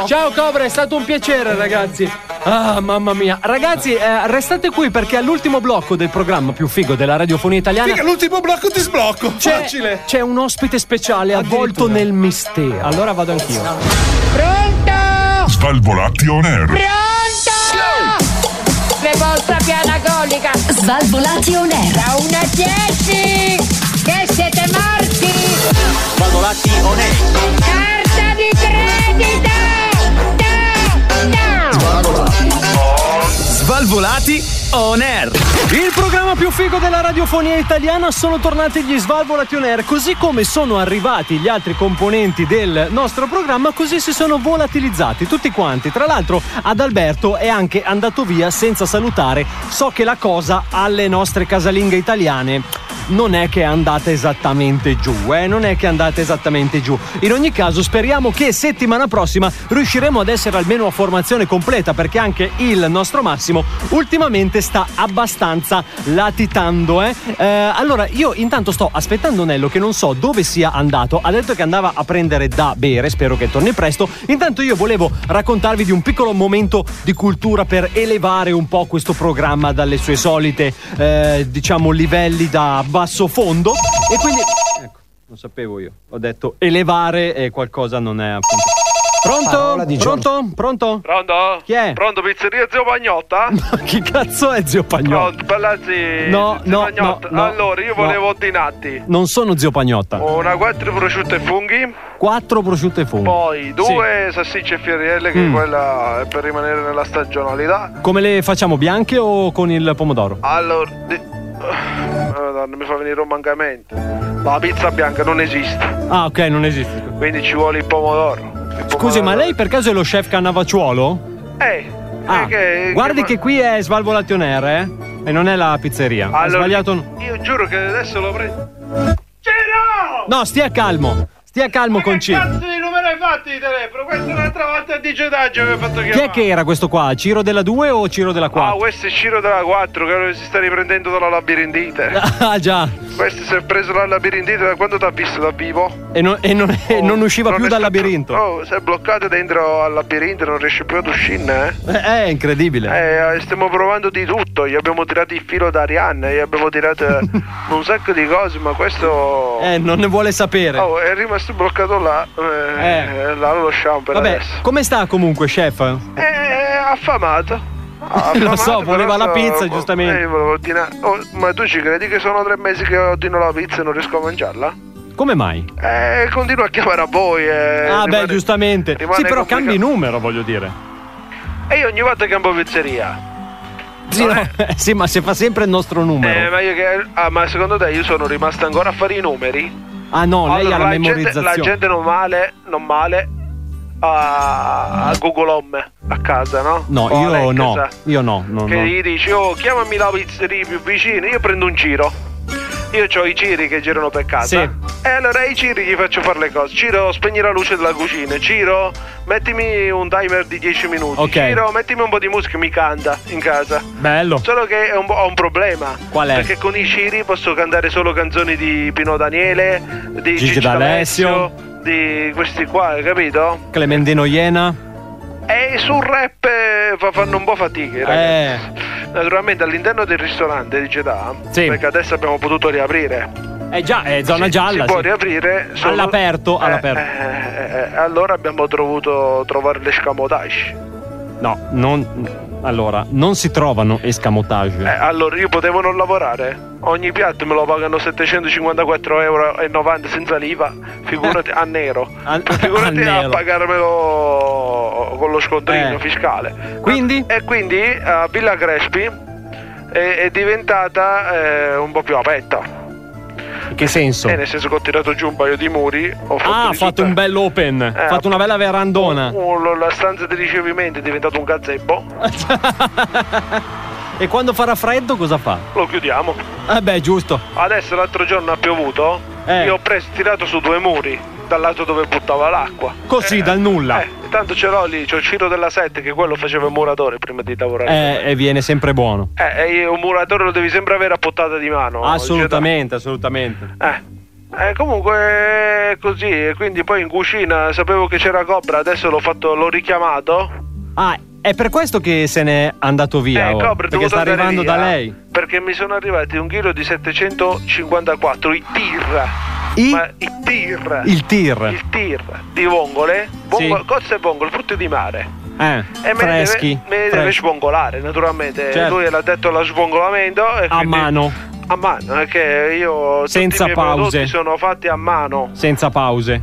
Ciao Cobra, è stato un piacere ragazzi. Ah, mamma mia. Ragazzi, eh, restate qui perché all'ultimo blocco del programma più figo della radiofonia italiana Figa, l'ultimo blocco ti sblocco. Cioè- Facile. c'è un ospite speciale avvolto nel mistero. Allora vado anch'io. Pronto? Svalvolati on air. Pronto? Le vostra piana colica. Svalvolati on air. Da 1 a 10. Che siete morti. Svalvolati on air. Carta di credito. Svalvolati on air. Il programma più figo della radiofonia italiana sono tornati gli Svalvolati on air, così come sono arrivati gli altri componenti del nostro programma, così si sono volatilizzati tutti quanti. Tra l'altro ad Alberto è anche andato via senza salutare. So che la cosa alle nostre casalinghe italiane non è che è andata esattamente giù, eh? non è che è andata esattamente giù. In ogni caso speriamo che settimana prossima riusciremo ad essere almeno a formazione completa perché anche il nostro Massimo ultimamente sta abbastanza latitando. Eh? Eh, allora io intanto sto aspettando Nello che non so dove sia andato, ha detto che andava a prendere da bere, spero che torni presto. Intanto io volevo raccontarvi di un piccolo momento di cultura per elevare un po' questo programma dalle sue solite eh, diciamo livelli da basso fondo e quindi ecco, non sapevo io. Ho detto elevare e qualcosa non è appunto. Pronto? Pronto? Pronto? Pronto? Chi è? Pronto, pizzeria Zio Bagnotta? Chi cazzo è zio Pronto, Pagnotta? bella zi... No, zio no, Bagnotta. no, no, allora, io no. volevo ordinarti Non sono zio Pagnotta. una quattro prosciutto e funghi, Quattro prosciutto e funghi. poi due salsicce e fiorielle, che Mm. quella è per rimanere nella stagionalità. Come le facciamo bianche o con il pomodoro? Allora, di- Madonna, mi fa venire un mancamento. La pizza bianca non esiste, Ah, ok, non esiste. quindi ci vuole il pomodoro. Scusi, ma lei per caso è lo chef Cannavacciuolo? Eh, Ah, eh, che- guardi che- che qui è Svalvolation Air, eh? E non è la pizzeria. Ha Allora, sbagliato. Io giuro che adesso lo prendo. No, stia calmo. Stia calmo con Ciro. Cazzo di numero hai fatto di telefono? Questa è un'altra volta di gedaggio che hai fatto Chi chiamare. è che era questo qua? Ciro della 2 o Ciro della Ah, 4? questo è Ciro della 4 che si sta riprendendo dalla labirintite. Ah, già. questo si è preso la labirintite da quando ti ha visto da vivo? E non, e non- e non usciva più dal labirinto. Oh, sei bloccato dentro al labirinto, non riesci più ad uscirne, eh? Eh, È incredibile. Eh, stiamo provando di tutto, gli abbiamo tirato il filo da Arianna, gli abbiamo tirato eh, un sacco ecco di cose, ma questo... Eh, non ne vuole sapere. Oh, è rimasto bloccato là, eh, là lo lasciamo per Vabbè, adesso. come sta comunque, chef? Eh, è affamato. Lo so, Affamato, voleva però la so- pizza, giustamente. eh, io volevo ordinare- oh, ma tu ci credi che sono tre mesi che ordino la pizza e non riesco a mangiarla? Come mai? Eh, continuo a chiamare a voi. eh, ah, rimane- beh, giustamente. rimane Sì, però complicato. cambi numero, voglio dire. E io ogni volta cambio pizzeria. Sì, no, eh, sì, ma se fa sempre il nostro numero. Eh, ma io che. Ah, ma secondo te io sono rimasto ancora a fare i numeri? ah, no, lei Allora, ha la, la gente, memorizzazione. la gente non male, non male a, a Google Home a casa, no? No, O io Alexa. no, io no, no, Oh, che no. gli dici oh chiamami la pizzeria più vicina io prendo un giro io ho i giri che girano per casa e allora ai giri gli faccio fare le cose Ciro spegni la luce della cucina Ciro mettimi un timer di 10 minuti Ok. Ciro mettimi un po' di musica mi canta in casa Bello. solo che è un po- ho un problema Qual è? perché con i giri posso cantare solo canzoni di Pino Daniele di Gigi Gigi D'Alessio. D'Alessio di questi qua hai capito? Clementino Iena. E sul rap eh, fa- fanno un po' fatiche, Eh. ragazzi. Naturalmente all'interno del ristorante ah, di Jeddah, perché adesso abbiamo potuto riaprire. Eh già, è zona Si- gialla. Si può sì. riaprire solo- All'aperto, Eh, all'aperto. eh, eh, eh, allora abbiamo dovuto trovare l'escamotage. No, non. Allora, non si trovano escamotage. Eh, allora io potevo non lavorare. Ogni piatto me lo pagano 754,90 euro senza l'IVA, figurati a nero. figurati a, nero. pagarmelo con lo scontrino Eh. fiscale. Quindi? E quindi eh, Villa Crespi è, è diventata eh, un po' più aperta. In che senso? Eh, nel senso che ho tirato giù un paio di muri, ho fatto ah, ha di fatto tutta- un bel open. Eh, Ha fatto una bella verandona. un- lo- la stanza di ricevimento è diventata un gazebo. E quando farà freddo, cosa fa? Lo chiudiamo. Eh, beh, giusto. Adesso l'altro giorno ha piovuto. Eh. Io ho preso tirato su due muri dal lato dove buttava l'acqua. Così, dal nulla. Eh, Tanto ce l'ho lì, c'ho il Ciro della 7 che quello faceva il muratore prima di lavorare. Eh, e viene sempre buono. Eh, e un muratore lo devi sempre avere a portata di mano. assolutamente, assolutamente. Eh, comunque è così, e quindi poi in cucina sapevo che c'era Cobra, adesso l'ho, fatto, l'ho richiamato. Ah, è per questo che se n'è andato via. Eh, ora, Cobra, è perché dovuto sta andare arrivando via da lei. Perché mi sono arrivati un chilo di 754, i tir. Ma Eh, i tir. Il tir. Il tir di vongole, vongole cozze e vongole, frutti di mare. Eh, E me ne freschi. deve, me ne deve freschi. svongolare, naturalmente. Certo. Ah. Lui l'ha detto allo svongolamento. E A quindi- mano. A mano, perché io. Senza tutti i miei pause. prodotti sono fatti a mano. Senza pause.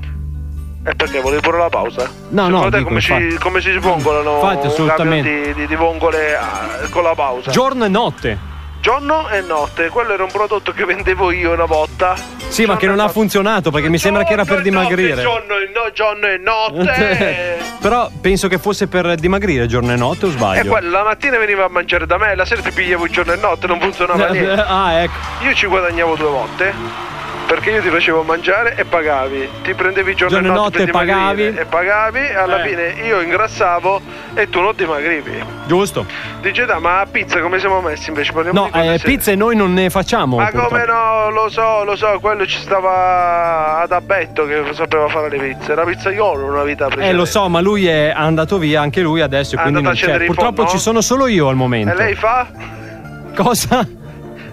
E perché volevi pure la pausa? No, Secondo no, te dico, come, si, infatti. come si svongolano Infatti, un assolutamente. camion di, di, di vongole ah, con la pausa? Giorno e notte. Giorno e notte, quello era un prodotto che vendevo io una volta. Sì, ma che non ha funzionato perché mi sembra che era per dimagrire. Giorno e, no- giorno e notte. Però penso che fosse per dimagrire giorno e notte o E sbaglio? quello Eh, la mattina veniva a mangiare da me, la sera ti pigliavo il giorno e notte, non funzionava niente. Ah, ecco. Io ci guadagnavo due volte. Perché io ti facevo mangiare e pagavi. Ti prendevi il giorno, Giorno e e notte, per notte dimagrire, pagavi. E pagavi, e alla Eh. fine io ingrassavo e tu non dimagrivi. Giusto. Dice, da, ma a pizza come siamo messi invece? Parliamo No, di cose eh, serie. pizze noi non ne facciamo. Ma purtroppo. come no, lo so, lo so, quello ci stava ad abbetto che sapeva fare le pizze. Era pizzaiolo una vita precedente. Eh, lo so, ma lui è andato via anche lui adesso. È Quindi andato a non c'è. accendere il Purtroppo forno? ci sono solo io al momento. E lei fa? Cosa?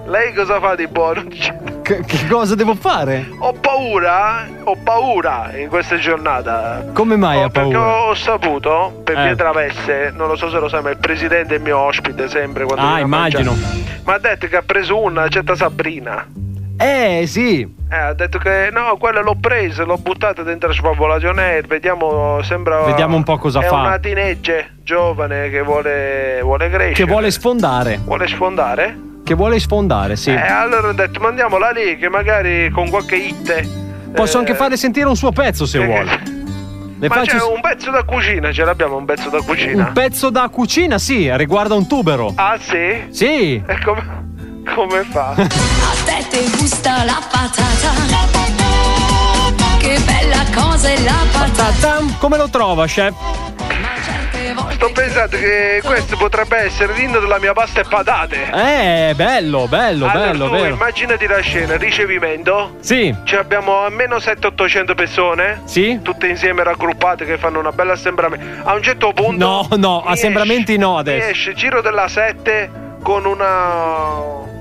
Lei cosa fa di buono? Che, che cosa devo fare? Ho paura, eh? ho paura in questa giornata. Come mai ha Perché paura? ho saputo, per Eh. via travesse, non lo so se lo sai, ma il presidente è mio ospite sempre quando Ah, viene a mangiare. immagino. Ma ha detto che ha preso una, certa Sabrina. Eh, sì. Eh, ha detto che no, quella l'ho presa, l'ho buttata dentro la spavolazione. Vediamo, sembra. Vediamo un po' cosa è fa. una teenage giovane che vuole, vuole crescere. Che vuole sfondare. vuole sfondare. Che vuole sfondare, sì. E allora ho detto, mandiamola lì, che magari con qualche hit. Posso eh, anche fare sentire un suo pezzo se vuole. Le Ma faccio c'è un pezzo da cucina, ce l'abbiamo un pezzo da cucina. un pezzo da cucina, sì, riguarda un tubero. ah, sì? Sì. E come, come fa? A te te gusta la patata. Che bella cosa è la patata. Come lo trova, chef? Sto pensando che questo potrebbe essere l'inno della mia pasta e patate. Eh, bello, bello, allora, bello, tu vero. immaginati la scena, ricevimento. Sì. Ci abbiamo almeno 700-800 persone. Sì. Tutte insieme raggruppate che fanno una bella assembramento. A un certo punto. No, no, mi assembramenti esce- no adesso. Mi esce giro della 7 con una.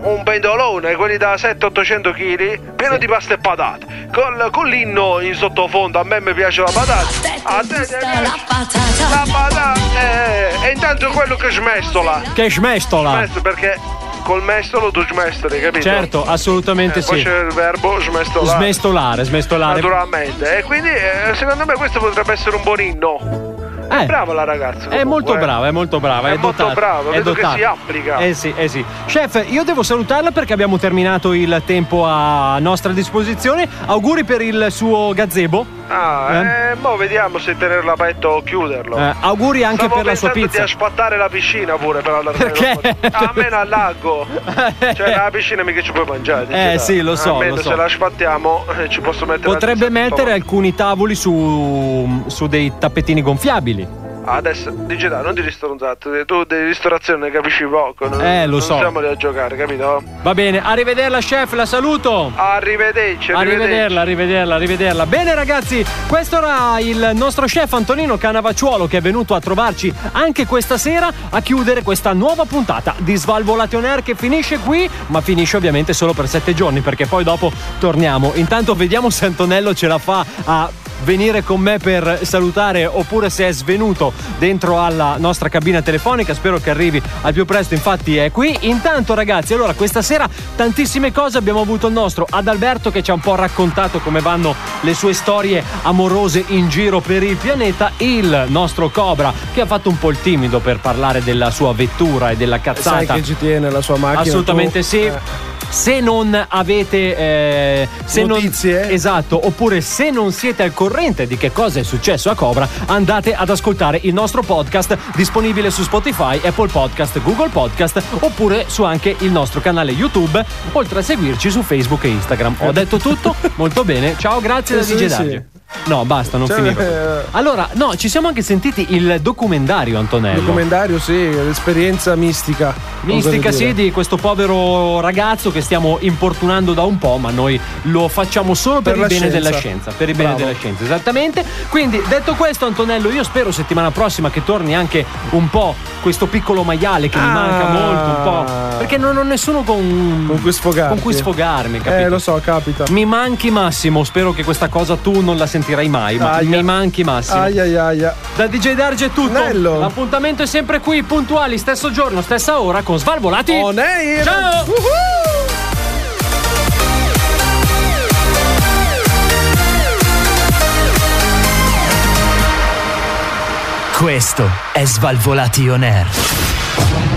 Un pendolone, quelli da 700-800 kg, pieno di pasta e patate. Col- con l'inno in sottofondo, a me mi piace la patata. A te ti piace la patata. eh, E intanto quello che smestola. Che smestola. Smesto perché col mestolo tu smestoli, capito? Certo, assolutamente Eh, sì. Poi c'è il verbo smestolare. Smestolare, smestolare. Naturalmente. E quindi eh, secondo me questo potrebbe essere un buon inno. Eh. Brava la ragazza. È comunque, molto eh. brava, è molto brava. È È, molto dotata, brava, è vedo che dotata. si applica. Eh sì, eh sì. Chef, io devo salutarla perché abbiamo terminato il tempo a nostra disposizione. Auguri per il suo gazebo. Ah, eh, mo vediamo se tenerlo aperto o chiuderlo. Eh, auguri anche Stavo per la sua pensando pizza. di aspattare la piscina pure per allargare Perché? Eh. la foto. Ah, Almeno al lago. cioè la piscina mica ci puoi mangiare. dice, dai. sì, lo so, Almeno lo so. se la spattiamo eh, ci posso mettere Potrebbe altri mettere alcuni tavoli su, su dei tappetini gonfiabili. Adesso, digitale, non di ristorante, tu di ristorazione ne capisci poco. Non, Eh, lo non so. siamo lì a giocare, capito? Va bene, arrivederla chef, la saluto. Arrivederci, arrivederci. Arrivederla, arrivederla, arrivederla. Bene ragazzi, questo era il nostro chef Antonino Canavacciuolo che è venuto a trovarci anche questa sera a chiudere questa nuova puntata di Svalvolate on Air che finisce qui, ma finisce ovviamente solo per sette giorni perché poi dopo torniamo. Intanto vediamo se Antonello ce la fa a venire con me per salutare oppure se è svenuto dentro alla nostra cabina telefonica spero che arrivi al più presto infatti è qui intanto ragazzi allora questa sera tantissime cose abbiamo avuto il nostro Adalberto che ci ha un po' raccontato come vanno le sue storie amorose in giro per il pianeta il nostro Cobra che ha fatto un po' il timido per parlare della sua vettura e della cazzata Sai che ci tiene la sua macchina. tu? Assolutamente Eh. sì. Se non avete eh, se non- esatto, oppure se non siete al corrente di che cosa è successo a Cobra, andate ad ascoltare il nostro podcast disponibile su Spotify, Apple Podcast, Google Podcast, oppure su anche il nostro canale YouTube, oltre a seguirci su Facebook e Instagram. Ho detto tutto, molto bene. Ciao, grazie da Penso DJ di sì. Daggio. No, basta, non Cioè, finiva. eh. Allora, no, ci siamo anche sentiti il documentario, Antonello. Documentario, sì, l'esperienza mistica. Mistica Oserei sì dire. di questo povero ragazzo che stiamo importunando da un po', ma noi lo facciamo solo Per per, il la bene scienza. della scienza, per il bene Bravo. della scienza, esattamente. Quindi detto questo Antonello, io spero settimana prossima che torni anche un po' questo piccolo maiale che mi Ah. manca molto un po', perché non ho nessuno con Con cui sfogarti. con cui sfogarmi, capito? Eh, lo so, capita. Mi manchi Massimo, spero che questa cosa tu non la sentirai mai, ma Aia. mi manchi Massimo. Aia, aia, aia. Da DJ Darge è tutto. L'appuntamento è sempre qui, puntuali, stesso giorno, stessa ora con Svalvolati. On air. Ciao! Questo è Svalvolation Air.